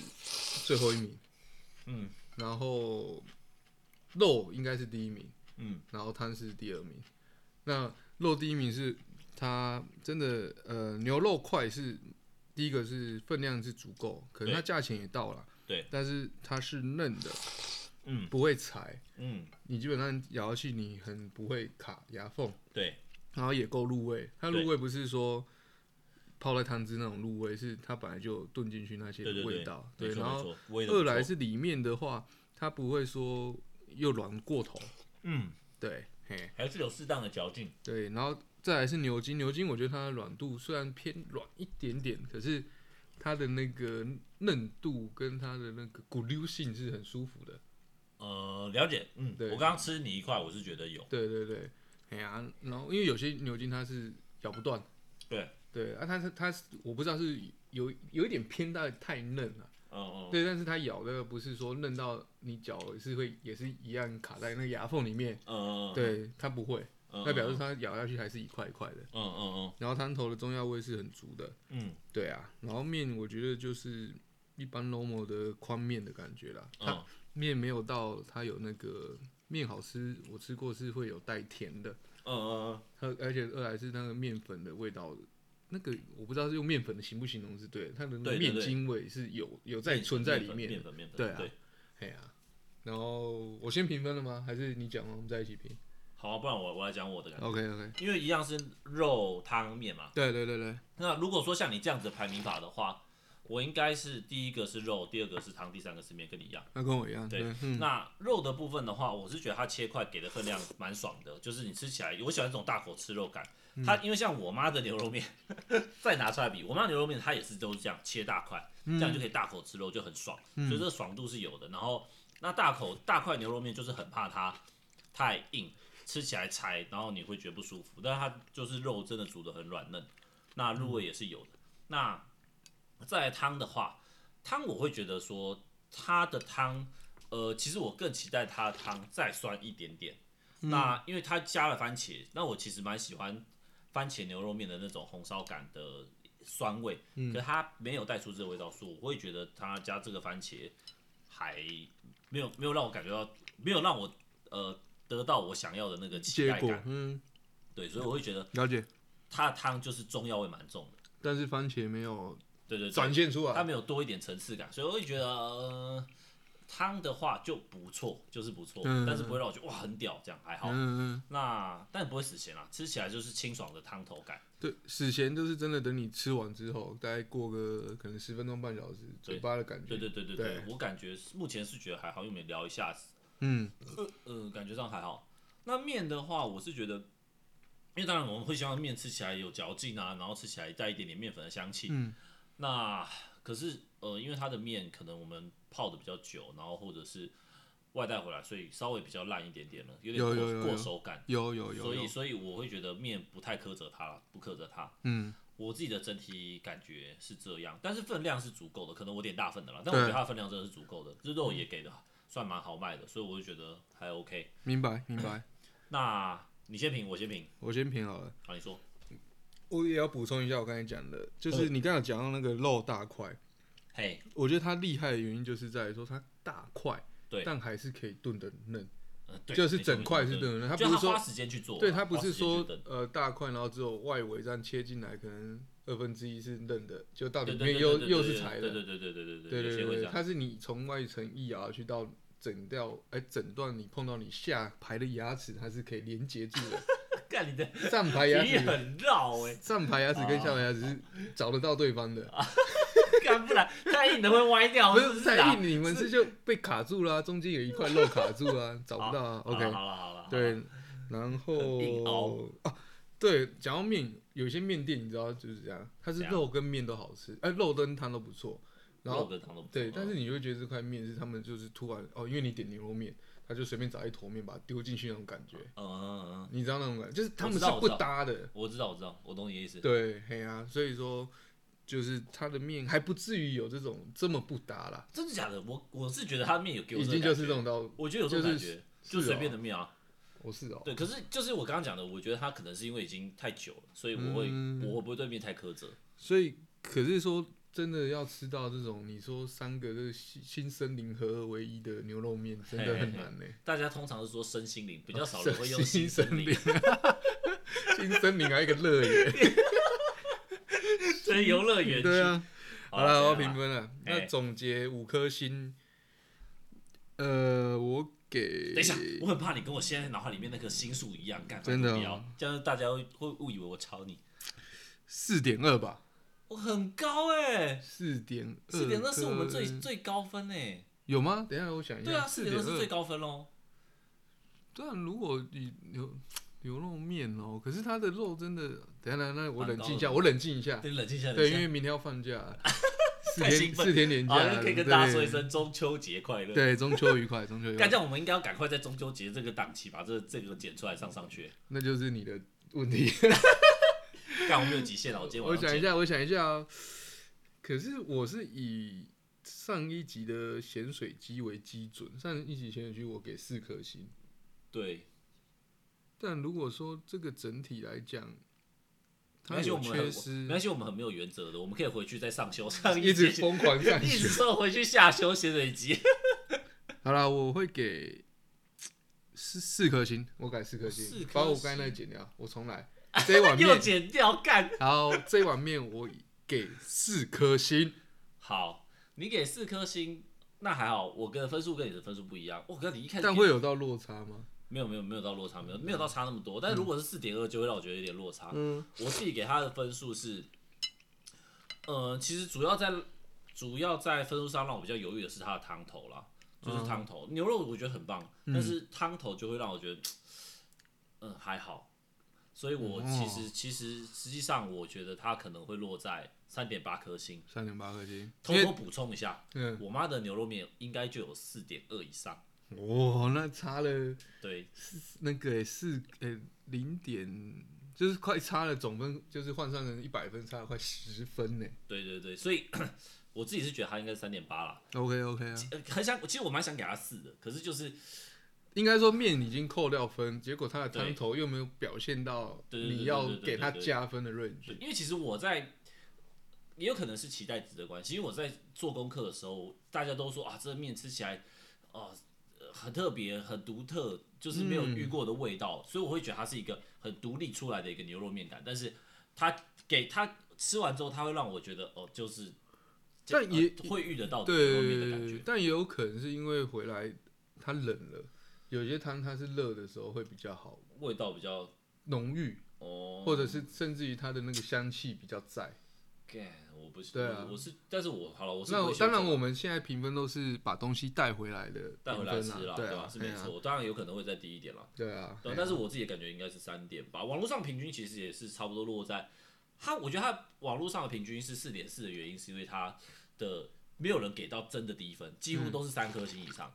[SPEAKER 2] 最后一名，
[SPEAKER 1] 嗯
[SPEAKER 2] 然后肉应该是第一名，
[SPEAKER 1] 嗯，
[SPEAKER 2] 然后汤是第二名。那肉第一名是它真的呃牛肉块是第一个是分量是足够，可能它价钱也到了，
[SPEAKER 1] 对，
[SPEAKER 2] 但是它是嫩的，
[SPEAKER 1] 嗯
[SPEAKER 2] 不会柴，
[SPEAKER 1] 嗯，
[SPEAKER 2] 你基本上咬下去你很不会卡牙缝。
[SPEAKER 1] 对，
[SPEAKER 2] 然后也够入味。它
[SPEAKER 1] 对
[SPEAKER 2] 入味不是说泡在汤汁那种入味，是它本来就炖进去那些
[SPEAKER 1] 对对对
[SPEAKER 2] 味道。
[SPEAKER 1] 没错
[SPEAKER 2] 然
[SPEAKER 1] 没
[SPEAKER 2] 后
[SPEAKER 1] 错，味道
[SPEAKER 2] 二
[SPEAKER 1] 不
[SPEAKER 2] 来
[SPEAKER 1] 错
[SPEAKER 2] 是里面的话，它不会说又软过头。
[SPEAKER 1] 嗯，
[SPEAKER 2] 对，嘿，
[SPEAKER 1] 还是有适当的嚼劲。
[SPEAKER 2] 对，然后再来是牛筋，牛筋我觉得它的软度虽然偏软一点点，可是它的那个嫩度跟它的那个骨溜性是很舒服的。
[SPEAKER 1] 呃，了解，嗯，
[SPEAKER 2] 对
[SPEAKER 1] 我刚刚吃你一块，我是觉得有，
[SPEAKER 2] 对对对，哎呀、然后因为有些牛筋它是咬不断，
[SPEAKER 1] 对，
[SPEAKER 2] 对啊，它是它是我不知道是有有一点偏到太嫩了、
[SPEAKER 1] 嗯嗯
[SPEAKER 2] 对，但是它咬的不是说嫩到你脚是会也是一样卡在那个牙缝里面，
[SPEAKER 1] 嗯，，
[SPEAKER 2] 对，它不会，
[SPEAKER 1] 嗯
[SPEAKER 2] 那表示，它咬下去还是一块一块的，
[SPEAKER 1] 嗯嗯嗯
[SPEAKER 2] 然后汤头的中药味是很足的，
[SPEAKER 1] 嗯
[SPEAKER 2] 对啊，然后面我觉得就是一般 normal 的宽面的感觉啦，它
[SPEAKER 1] 嗯，
[SPEAKER 2] 面没有到它有那个面好吃，我吃过是会有带甜的。
[SPEAKER 1] 嗯嗯
[SPEAKER 2] 它而且二来是那个面粉的味道，那个我不知道是用面粉的形不形容是对的，它的那个
[SPEAKER 1] 对对
[SPEAKER 2] 面
[SPEAKER 1] 对
[SPEAKER 2] 筋味是有有
[SPEAKER 1] 嗯，
[SPEAKER 2] 在存在里
[SPEAKER 1] 面
[SPEAKER 2] 面。
[SPEAKER 1] 粉面粉，
[SPEAKER 2] 对啊
[SPEAKER 1] 对，
[SPEAKER 2] 哎呀、然后我先评分了吗？还是你讲完我们再一起评
[SPEAKER 1] 好啊，不然我我来讲我的感觉，
[SPEAKER 2] ？OK OK，
[SPEAKER 1] 因为一样是肉汤面嘛，
[SPEAKER 2] 对对对对，
[SPEAKER 1] 那如果说像你这样子的排名法的话，我应该是第一个是肉，第二个是汤，第三个是面，跟你一样。
[SPEAKER 2] 那跟我一样，
[SPEAKER 1] 对
[SPEAKER 2] 对，嗯，
[SPEAKER 1] 那肉的部分的话，我是觉得它切块给的分量蛮爽的，就是你吃起来，我喜欢这种大口吃肉感。
[SPEAKER 2] 嗯
[SPEAKER 1] 它因为像我妈的牛肉面，再拿出来比，我妈牛肉面它也是都是这样切大块，这
[SPEAKER 2] 嗯
[SPEAKER 1] 样就可以大口吃肉，就很爽，所以这个爽度是有的。然后那大口大块牛肉面就是很怕它太硬，吃起来柴，然后你会觉得不舒服。但是它就是肉真的煮的很软嫩，那入
[SPEAKER 2] 嗯
[SPEAKER 1] 味也是有的。那再来汤的话，汤我会觉得说它的汤，呃，其实我更期待它的汤再酸一点点。那因为它加了番茄，那我其实蛮喜欢番茄牛肉面的那种红烧感的酸味，
[SPEAKER 2] 嗯
[SPEAKER 1] 可是它没有带出这个味道，所以我会觉得它加这个番茄还没有没有让我感觉到，没有让我呃得到我想要的那个期
[SPEAKER 2] 结
[SPEAKER 1] 待
[SPEAKER 2] 果
[SPEAKER 1] 感。
[SPEAKER 2] 嗯，
[SPEAKER 1] 对，所以我会觉得
[SPEAKER 2] 了解，
[SPEAKER 1] 它的汤就是中药味蛮重的。
[SPEAKER 2] 但是番茄没有
[SPEAKER 1] 对对对，
[SPEAKER 2] 展现出
[SPEAKER 1] 它
[SPEAKER 2] 来，
[SPEAKER 1] 没有多一点层次感，所以我会觉得呃汤、的话就不错，就是不错，
[SPEAKER 2] 嗯
[SPEAKER 1] 但是不会让我觉得哇很屌，这样还好。
[SPEAKER 2] 嗯嗯，
[SPEAKER 1] 那但不会死咸啊，吃起来就是清爽的汤头感。
[SPEAKER 2] 对，死前就是真的等你吃完之后，大概过个可能十分钟半小时，嘴巴的感觉，
[SPEAKER 1] 对对对对对，
[SPEAKER 2] 对
[SPEAKER 1] 我感觉是目前是觉得还好，因为我们聊一下，
[SPEAKER 2] 嗯，
[SPEAKER 1] 呃，感觉上还好。那面的话，我是觉得，因为当然我们会希望面吃起来有嚼劲啊，然后吃起来带一点点面粉的香气。
[SPEAKER 2] 嗯，
[SPEAKER 1] 那可是呃，因为它的面可能我们泡的比较久，然后或者是外带回来，所以稍微比较烂一点点了，有点
[SPEAKER 2] 有
[SPEAKER 1] 过
[SPEAKER 2] 有有有
[SPEAKER 1] 过手感。
[SPEAKER 2] 有有有，
[SPEAKER 1] 所以
[SPEAKER 2] 有
[SPEAKER 1] 所以我会觉得面不太苛责它了，不苛责它。
[SPEAKER 2] 嗯，
[SPEAKER 1] 我自己的整体感觉是这样，但是分量是足够的，可能我点大份的了，但我觉得
[SPEAKER 2] 对
[SPEAKER 1] 它的分量真的是足够的，这肉也给的算蛮豪迈的，所以我就觉得还 OK。
[SPEAKER 2] 明白明 白，
[SPEAKER 1] 那你先评，我先评，
[SPEAKER 2] 我先评好了。
[SPEAKER 1] 好，你说。
[SPEAKER 2] 我也要补充一下，我刚才讲的，
[SPEAKER 1] 嗯
[SPEAKER 2] 就是你刚才讲到那个肉大块，
[SPEAKER 1] 嘿、
[SPEAKER 2] 我觉得它厉害的原因就是在于说它大块，
[SPEAKER 1] 对
[SPEAKER 2] 但还是可以炖的嫩，
[SPEAKER 1] 呃对
[SPEAKER 2] 就是
[SPEAKER 1] 没错
[SPEAKER 2] 整块
[SPEAKER 1] 没错
[SPEAKER 2] 是
[SPEAKER 1] 对
[SPEAKER 2] 炖的它
[SPEAKER 1] 就
[SPEAKER 2] 不是说
[SPEAKER 1] 花时间去做啦，
[SPEAKER 2] 对，它不
[SPEAKER 1] 花
[SPEAKER 2] 是
[SPEAKER 1] 啊时间去
[SPEAKER 2] 说
[SPEAKER 1] 等
[SPEAKER 2] 呃大块，然后只有外围这样切进来，可能二分之一是嫩的，就到里
[SPEAKER 1] 对对
[SPEAKER 2] 面
[SPEAKER 1] 对
[SPEAKER 2] 又
[SPEAKER 1] 对对
[SPEAKER 2] 又
[SPEAKER 1] 对
[SPEAKER 2] 是柴
[SPEAKER 1] 对
[SPEAKER 2] 的，
[SPEAKER 1] 对对对对对
[SPEAKER 2] 对
[SPEAKER 1] 有
[SPEAKER 2] 对
[SPEAKER 1] 些会这
[SPEAKER 2] 对对，
[SPEAKER 1] 样。
[SPEAKER 2] 它是你从外层一牙去到整掉，哎，整段你碰到你下排的牙齿，它是可以连接住的，
[SPEAKER 1] 干你的
[SPEAKER 2] 上排牙
[SPEAKER 1] 比喻
[SPEAKER 2] 齿。
[SPEAKER 1] 很绕哎、
[SPEAKER 2] 上排牙齿跟下排牙
[SPEAKER 1] 啊
[SPEAKER 2] 齿是找得到对方的，
[SPEAKER 1] 干不然太硬的会歪掉，
[SPEAKER 2] 不
[SPEAKER 1] 是不
[SPEAKER 2] 是
[SPEAKER 1] 是
[SPEAKER 2] 在
[SPEAKER 1] 啊
[SPEAKER 2] 意你们是就被卡住啦、中间有一块肉卡住啊， 找不到啊。
[SPEAKER 1] 好了
[SPEAKER 2] OK，
[SPEAKER 1] 好了好了，好了，
[SPEAKER 2] 对，然
[SPEAKER 1] 很硬凹
[SPEAKER 2] 后啊，对，讲到面，有些面店你知道就是这样，它是
[SPEAKER 1] 怎样
[SPEAKER 2] 肉跟面都好吃，哎，肉跟汤都不错。然
[SPEAKER 1] 肉
[SPEAKER 2] 后
[SPEAKER 1] 跟汤都不错
[SPEAKER 2] 对，
[SPEAKER 1] 嗯
[SPEAKER 2] 但是你就会觉得这块面是他们就是突然哦，因为你点牛肉面，他就随便找一坨面把它丢进去那种感觉，
[SPEAKER 1] 嗯嗯嗯，
[SPEAKER 2] 你知道那种感觉，就是他们
[SPEAKER 1] 我知
[SPEAKER 2] 是
[SPEAKER 1] 道我
[SPEAKER 2] 不
[SPEAKER 1] 知道
[SPEAKER 2] 搭的。
[SPEAKER 1] 我知道我知道，我懂你的意思。
[SPEAKER 2] 对，嘿啊，所以说就是它的面还不至于有这种这么不搭啦，
[SPEAKER 1] 真的假的？我我是觉得他面有给我
[SPEAKER 2] 已
[SPEAKER 1] 这个
[SPEAKER 2] 经
[SPEAKER 1] 感
[SPEAKER 2] 就是这
[SPEAKER 1] 觉
[SPEAKER 2] 种到
[SPEAKER 1] 我觉得有这种感
[SPEAKER 2] 就
[SPEAKER 1] 觉
[SPEAKER 2] 是，
[SPEAKER 1] 就是随
[SPEAKER 2] 哦
[SPEAKER 1] 便的面啊。
[SPEAKER 2] 我是哦，
[SPEAKER 1] 对，可是就是我刚刚讲的，我觉得他可能是因为已经太久了，所以我会
[SPEAKER 2] 嗯
[SPEAKER 1] 我会不会对面太苛责？
[SPEAKER 2] 所以可是说真的要吃到这种你说三个这个新新森林合二为一的牛肉面，真的很难呢、
[SPEAKER 1] 大家通常是说身心灵，比
[SPEAKER 2] 哦
[SPEAKER 1] 较少人会用
[SPEAKER 2] 新
[SPEAKER 1] 心
[SPEAKER 2] 森
[SPEAKER 1] 身
[SPEAKER 2] 林
[SPEAKER 1] 灵，，
[SPEAKER 2] 新森林还有一个乐 园，
[SPEAKER 1] 这游乐园
[SPEAKER 2] 对
[SPEAKER 1] 区。
[SPEAKER 2] 啊。
[SPEAKER 1] 好
[SPEAKER 2] 好
[SPEAKER 1] 啦
[SPEAKER 2] 了，我要
[SPEAKER 1] 这样
[SPEAKER 2] 评
[SPEAKER 1] 啦
[SPEAKER 2] 分了。
[SPEAKER 1] 哎
[SPEAKER 2] 那总结五颗星，呃，我给
[SPEAKER 1] 等一下，我很怕你跟我现在脑海里面那个心数一样，干
[SPEAKER 2] 真的哦
[SPEAKER 1] 不要，这样大家会会误以为我抄你。
[SPEAKER 2] 四点二吧，
[SPEAKER 1] 我很高哎、欸，
[SPEAKER 2] 四点二，
[SPEAKER 1] 四点二是我们最最高分哎、欸。
[SPEAKER 2] 有吗？等一下我想一下，
[SPEAKER 1] 对啊，四
[SPEAKER 2] 四
[SPEAKER 1] 点
[SPEAKER 2] 点
[SPEAKER 1] 二是最。高分喽。
[SPEAKER 2] 但如果你牛牛肉面哦，可是它的肉真的，等一下，那我冷静一
[SPEAKER 1] 蛮高
[SPEAKER 2] 下，
[SPEAKER 1] 的
[SPEAKER 2] 我冷静一下。
[SPEAKER 1] 对，冷静一下，
[SPEAKER 2] 对，
[SPEAKER 1] 冷
[SPEAKER 2] 因为
[SPEAKER 1] 静一
[SPEAKER 2] 明天要 放假，四
[SPEAKER 1] 太
[SPEAKER 2] 天
[SPEAKER 1] 兴奋
[SPEAKER 2] 四天连
[SPEAKER 1] 下。好，
[SPEAKER 2] 假，
[SPEAKER 1] 那可以跟
[SPEAKER 2] 对
[SPEAKER 1] 大家说一。声中秋节快乐。，
[SPEAKER 2] 对，中秋愉快，中秋愉
[SPEAKER 1] 干
[SPEAKER 2] 快
[SPEAKER 1] 这，样我们应该要赶快在中秋节这个档期把这这个剪出来上上去。
[SPEAKER 2] 那就是你的问题。
[SPEAKER 1] 干，我们有极限了，啊 我今天
[SPEAKER 2] 我
[SPEAKER 1] 晚上
[SPEAKER 2] 想一
[SPEAKER 1] 剪。
[SPEAKER 2] 下，我想一下哦。可是我是以上一集的咸水鸡为基准，上一集咸水鸡我给四颗星，
[SPEAKER 1] 对，
[SPEAKER 2] 但如果说这个整体来讲，
[SPEAKER 1] 没
[SPEAKER 2] 它
[SPEAKER 1] 关系，我
[SPEAKER 2] 有
[SPEAKER 1] 们
[SPEAKER 2] 缺
[SPEAKER 1] 很没
[SPEAKER 2] 失
[SPEAKER 1] 关，系，我们很没有原则的，我们可以回去再上修上
[SPEAKER 2] 一直
[SPEAKER 1] 节，
[SPEAKER 2] 疯狂上
[SPEAKER 1] 一直
[SPEAKER 2] 去。
[SPEAKER 1] 说回去下修咸水鸡。
[SPEAKER 2] 好啦，我会给四四颗星，我改四颗
[SPEAKER 1] 四
[SPEAKER 2] 星
[SPEAKER 1] 颗，
[SPEAKER 2] 把我刚才那剪掉，我重来。 这一碗 面
[SPEAKER 1] 又剪掉干。
[SPEAKER 2] 好，这碗面我给四 颗星。
[SPEAKER 1] 好，你给四颗星，那还好，我跟分数跟你的分数不一样。我跟你一开始
[SPEAKER 2] 但
[SPEAKER 1] 给
[SPEAKER 2] 会嗯有到落差吗？
[SPEAKER 1] 没有没有没有到落差，没有没有到差那么多。但如果是四点二，就会让我觉得有点落差。
[SPEAKER 2] 嗯，
[SPEAKER 1] 我自己给他的分数是，呃，其实主要在主要在分数上让我比较犹豫的是他的汤头啦，就是
[SPEAKER 2] 嗯
[SPEAKER 1] 汤头、牛肉我觉得很棒，但是汤头就会让我觉得，嗯、还好。所以我
[SPEAKER 2] 哦
[SPEAKER 1] 其实、其实实际上我觉得它可能会落在三点八颗星。
[SPEAKER 2] 三点八颗星。
[SPEAKER 1] 偷
[SPEAKER 2] 因为
[SPEAKER 1] 偷补充一下，
[SPEAKER 2] 嗯，
[SPEAKER 1] 我妈的牛肉面应该就有四点二以上，
[SPEAKER 2] 哇，那差了
[SPEAKER 1] 对，
[SPEAKER 2] 那个欸四呃零点，就是快差了总分，就是换算成一百分，差了快十分呢。
[SPEAKER 1] 对对对，所以 我自己是觉得她应该三点八啦，
[SPEAKER 2] OK OK 啊，
[SPEAKER 1] 呃很想，其实我蛮想给她四的，可是就是
[SPEAKER 2] 应该说面已经扣掉分，结果它的
[SPEAKER 1] 对
[SPEAKER 2] 汤头又没有表现到
[SPEAKER 1] 对对对对
[SPEAKER 2] 你
[SPEAKER 1] 对
[SPEAKER 2] 要
[SPEAKER 1] 对对
[SPEAKER 2] 给它
[SPEAKER 1] 对
[SPEAKER 2] 加分的 range。
[SPEAKER 1] 因为其实我在，也有可能是期待值的关系，因为我在做功课的时候，大家都说啊，这个面吃起来，哦、呃很特别，很独特，就是没
[SPEAKER 2] 嗯
[SPEAKER 1] 有遇过的味道，所以我会觉得它是一个很独立出来的一个牛肉面感，但是它给它吃完之后，它会让我觉得哦，就是。
[SPEAKER 2] 但
[SPEAKER 1] 呃
[SPEAKER 2] 也
[SPEAKER 1] 会遇得到的牛肉面的感
[SPEAKER 2] 对
[SPEAKER 1] 觉，，
[SPEAKER 2] 但也有可能是因为回来它冷了，有些汤它是热的时候会比较好，
[SPEAKER 1] 味道比较
[SPEAKER 2] 浓郁，
[SPEAKER 1] 哦，
[SPEAKER 2] 或者是甚至于它的那个香气比较在。
[SPEAKER 1] 干，我不是，
[SPEAKER 2] 对啊
[SPEAKER 1] 我我是，但是我好了，我是
[SPEAKER 2] 那
[SPEAKER 1] 不会
[SPEAKER 2] 我
[SPEAKER 1] 选
[SPEAKER 2] 当
[SPEAKER 1] 择
[SPEAKER 2] 然，我们现在评分都是把东西带回来的
[SPEAKER 1] 带回
[SPEAKER 2] 评
[SPEAKER 1] 来
[SPEAKER 2] 分
[SPEAKER 1] 吃啦，
[SPEAKER 2] 啦，对
[SPEAKER 1] 吧、
[SPEAKER 2] 啊，
[SPEAKER 1] 是没
[SPEAKER 2] 嘿啊，
[SPEAKER 1] 错，当然有可能会再低一点啦。
[SPEAKER 2] 对啊。
[SPEAKER 1] 对，
[SPEAKER 2] 嘿
[SPEAKER 1] 但
[SPEAKER 2] 啊
[SPEAKER 1] 是我自己的感觉应该是三点吧。网络上平均其实也是差不多落在它，我觉得它网络上的平均是四点四的原因，是因为它的没有人给到真的低分，几乎都是三颗星以上。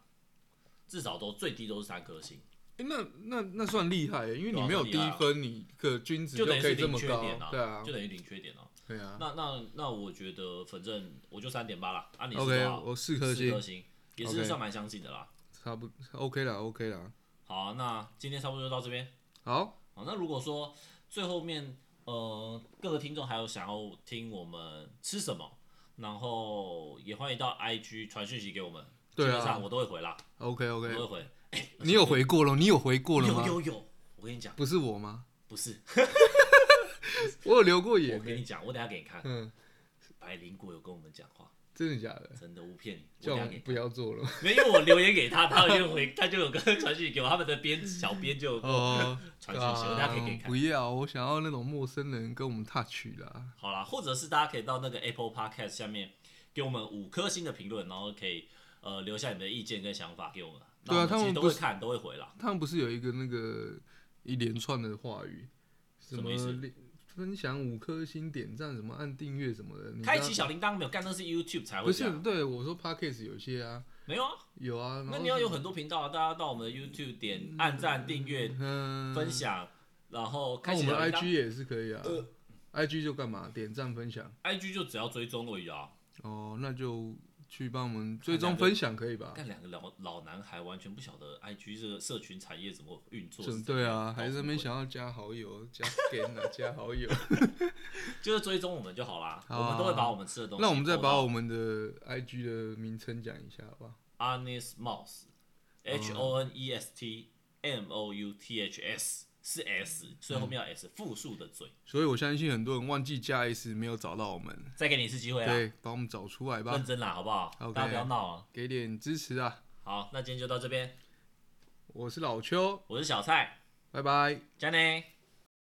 [SPEAKER 1] 至少都最低都是三颗星，
[SPEAKER 2] 哎、那那那算厉害欸耶，因为
[SPEAKER 1] 对
[SPEAKER 2] 你
[SPEAKER 1] 啊
[SPEAKER 2] 没有
[SPEAKER 1] 算
[SPEAKER 2] 低
[SPEAKER 1] 厉害啊
[SPEAKER 2] 分，你个均值
[SPEAKER 1] 就等于
[SPEAKER 2] 可
[SPEAKER 1] 是
[SPEAKER 2] 以这
[SPEAKER 1] 零
[SPEAKER 2] 么
[SPEAKER 1] 缺
[SPEAKER 2] 高
[SPEAKER 1] 点，
[SPEAKER 2] 对啊
[SPEAKER 1] 就，等于零缺点哦、
[SPEAKER 2] 对啊。
[SPEAKER 1] 那那那我觉得反正我就三点八啦，啊你是
[SPEAKER 2] OK，
[SPEAKER 1] 多少
[SPEAKER 2] 我四颗
[SPEAKER 1] 四
[SPEAKER 2] 星
[SPEAKER 1] 颗，星，也是
[SPEAKER 2] OK
[SPEAKER 1] 算蛮相近的啦。
[SPEAKER 2] 差不 OK 啦，OK 啦。
[SPEAKER 1] 好啊、那今天差不多就到这边。
[SPEAKER 2] 好，
[SPEAKER 1] 好，哦那如果说最后面呃各个听众还有想要听我们吃什么，然后也欢迎到 IG 传讯息给我们，
[SPEAKER 2] 对
[SPEAKER 1] 基本上
[SPEAKER 2] 啊
[SPEAKER 1] 我都会回啦，
[SPEAKER 2] ，OK
[SPEAKER 1] 我都
[SPEAKER 2] OK。
[SPEAKER 1] 会回。
[SPEAKER 2] 你有回过了？你有回过了
[SPEAKER 1] 有
[SPEAKER 2] 吗？
[SPEAKER 1] 有有，我跟你讲，
[SPEAKER 2] 不是我吗？
[SPEAKER 1] 不是，
[SPEAKER 2] 我有留过
[SPEAKER 1] 我
[SPEAKER 2] 言，
[SPEAKER 1] 跟你讲，我等一下给你看，
[SPEAKER 2] 嗯，
[SPEAKER 1] 白灵果有跟我们讲话，
[SPEAKER 2] 真的假的？
[SPEAKER 1] 真的，我不骗你，我
[SPEAKER 2] 叫
[SPEAKER 1] 等一
[SPEAKER 2] 我
[SPEAKER 1] 下给
[SPEAKER 2] 们
[SPEAKER 1] 你
[SPEAKER 2] 不要做了。
[SPEAKER 1] 没有，因为我留言给他，他就回，他就有跟传讯给我，他们的编小编就有跟我
[SPEAKER 2] 哦，
[SPEAKER 1] 传讯息，我大家可以给你看
[SPEAKER 2] 啊不。要，我想要那种陌生人跟我们 touch 啦。
[SPEAKER 1] 好啦，或者是大家可以到那个 Apple Podcast 下面给我们五颗星的评论，然后可以呃留下你们的意见跟想法给我们。
[SPEAKER 2] 对啊
[SPEAKER 1] 那我
[SPEAKER 2] 他
[SPEAKER 1] 们其实
[SPEAKER 2] 们
[SPEAKER 1] 都
[SPEAKER 2] 不
[SPEAKER 1] 会
[SPEAKER 2] 是
[SPEAKER 1] 看，都会回啦。
[SPEAKER 2] 他们不是有一个那个一连串的话语，什
[SPEAKER 1] 什么意思
[SPEAKER 2] 连分享五颗星、点赞、什么按订阅什么的，你
[SPEAKER 1] 开
[SPEAKER 2] 知道
[SPEAKER 1] 启小铃铛没有？干那是 YouTube 才
[SPEAKER 2] 不
[SPEAKER 1] 会这
[SPEAKER 2] 是
[SPEAKER 1] 样，
[SPEAKER 2] 对我说 podcast 有些啊，
[SPEAKER 1] 没有啊？
[SPEAKER 2] 有啊。然后
[SPEAKER 1] 那你要有很多频道啊，大家到我们的 YouTube 点按赞、订阅、
[SPEAKER 2] 嗯，
[SPEAKER 1] 分享，然后
[SPEAKER 2] 那
[SPEAKER 1] 开
[SPEAKER 2] 我
[SPEAKER 1] 启
[SPEAKER 2] 们
[SPEAKER 1] 小呃铃
[SPEAKER 2] IG
[SPEAKER 1] 铛。
[SPEAKER 2] 也是可以啊。IG 就干嘛？点赞分享
[SPEAKER 1] IG 就只要追踪而已啊。
[SPEAKER 2] 哦，那就去帮我们追踪分享可以吧？
[SPEAKER 1] 但两个老老男孩完全不晓得 IG 这个社群产业怎么运作
[SPEAKER 2] 准
[SPEAKER 1] 是怎么
[SPEAKER 2] 对
[SPEAKER 1] 样，
[SPEAKER 2] 啊，还
[SPEAKER 1] 搞
[SPEAKER 2] 是
[SPEAKER 1] 什么
[SPEAKER 2] 没
[SPEAKER 1] 鬼
[SPEAKER 2] 想要加好友， 加给啊，加好友。
[SPEAKER 1] 就是追踪我们就好啦。
[SPEAKER 2] 好啊
[SPEAKER 1] 我们都会把我们吃的东西。
[SPEAKER 2] 那我们再把我们的 IG 的名称讲一下好不好？
[SPEAKER 1] Honest Mouse，H O N E S T M O U T H S 是 S，所以后面要 S 复数的嘴。
[SPEAKER 2] 所以我相信很多人忘记加 S 没有找到我们，
[SPEAKER 1] 再给你一次机会啦，
[SPEAKER 2] 对，把我们找出来吧
[SPEAKER 1] 认，真啦，好不好
[SPEAKER 2] OK
[SPEAKER 1] 大家不要闹了。
[SPEAKER 2] 给点支持啊！
[SPEAKER 1] 好，那今天就到这边，
[SPEAKER 2] 我是老邱，
[SPEAKER 1] 我是小蔡，
[SPEAKER 2] 拜拜。
[SPEAKER 1] 加内。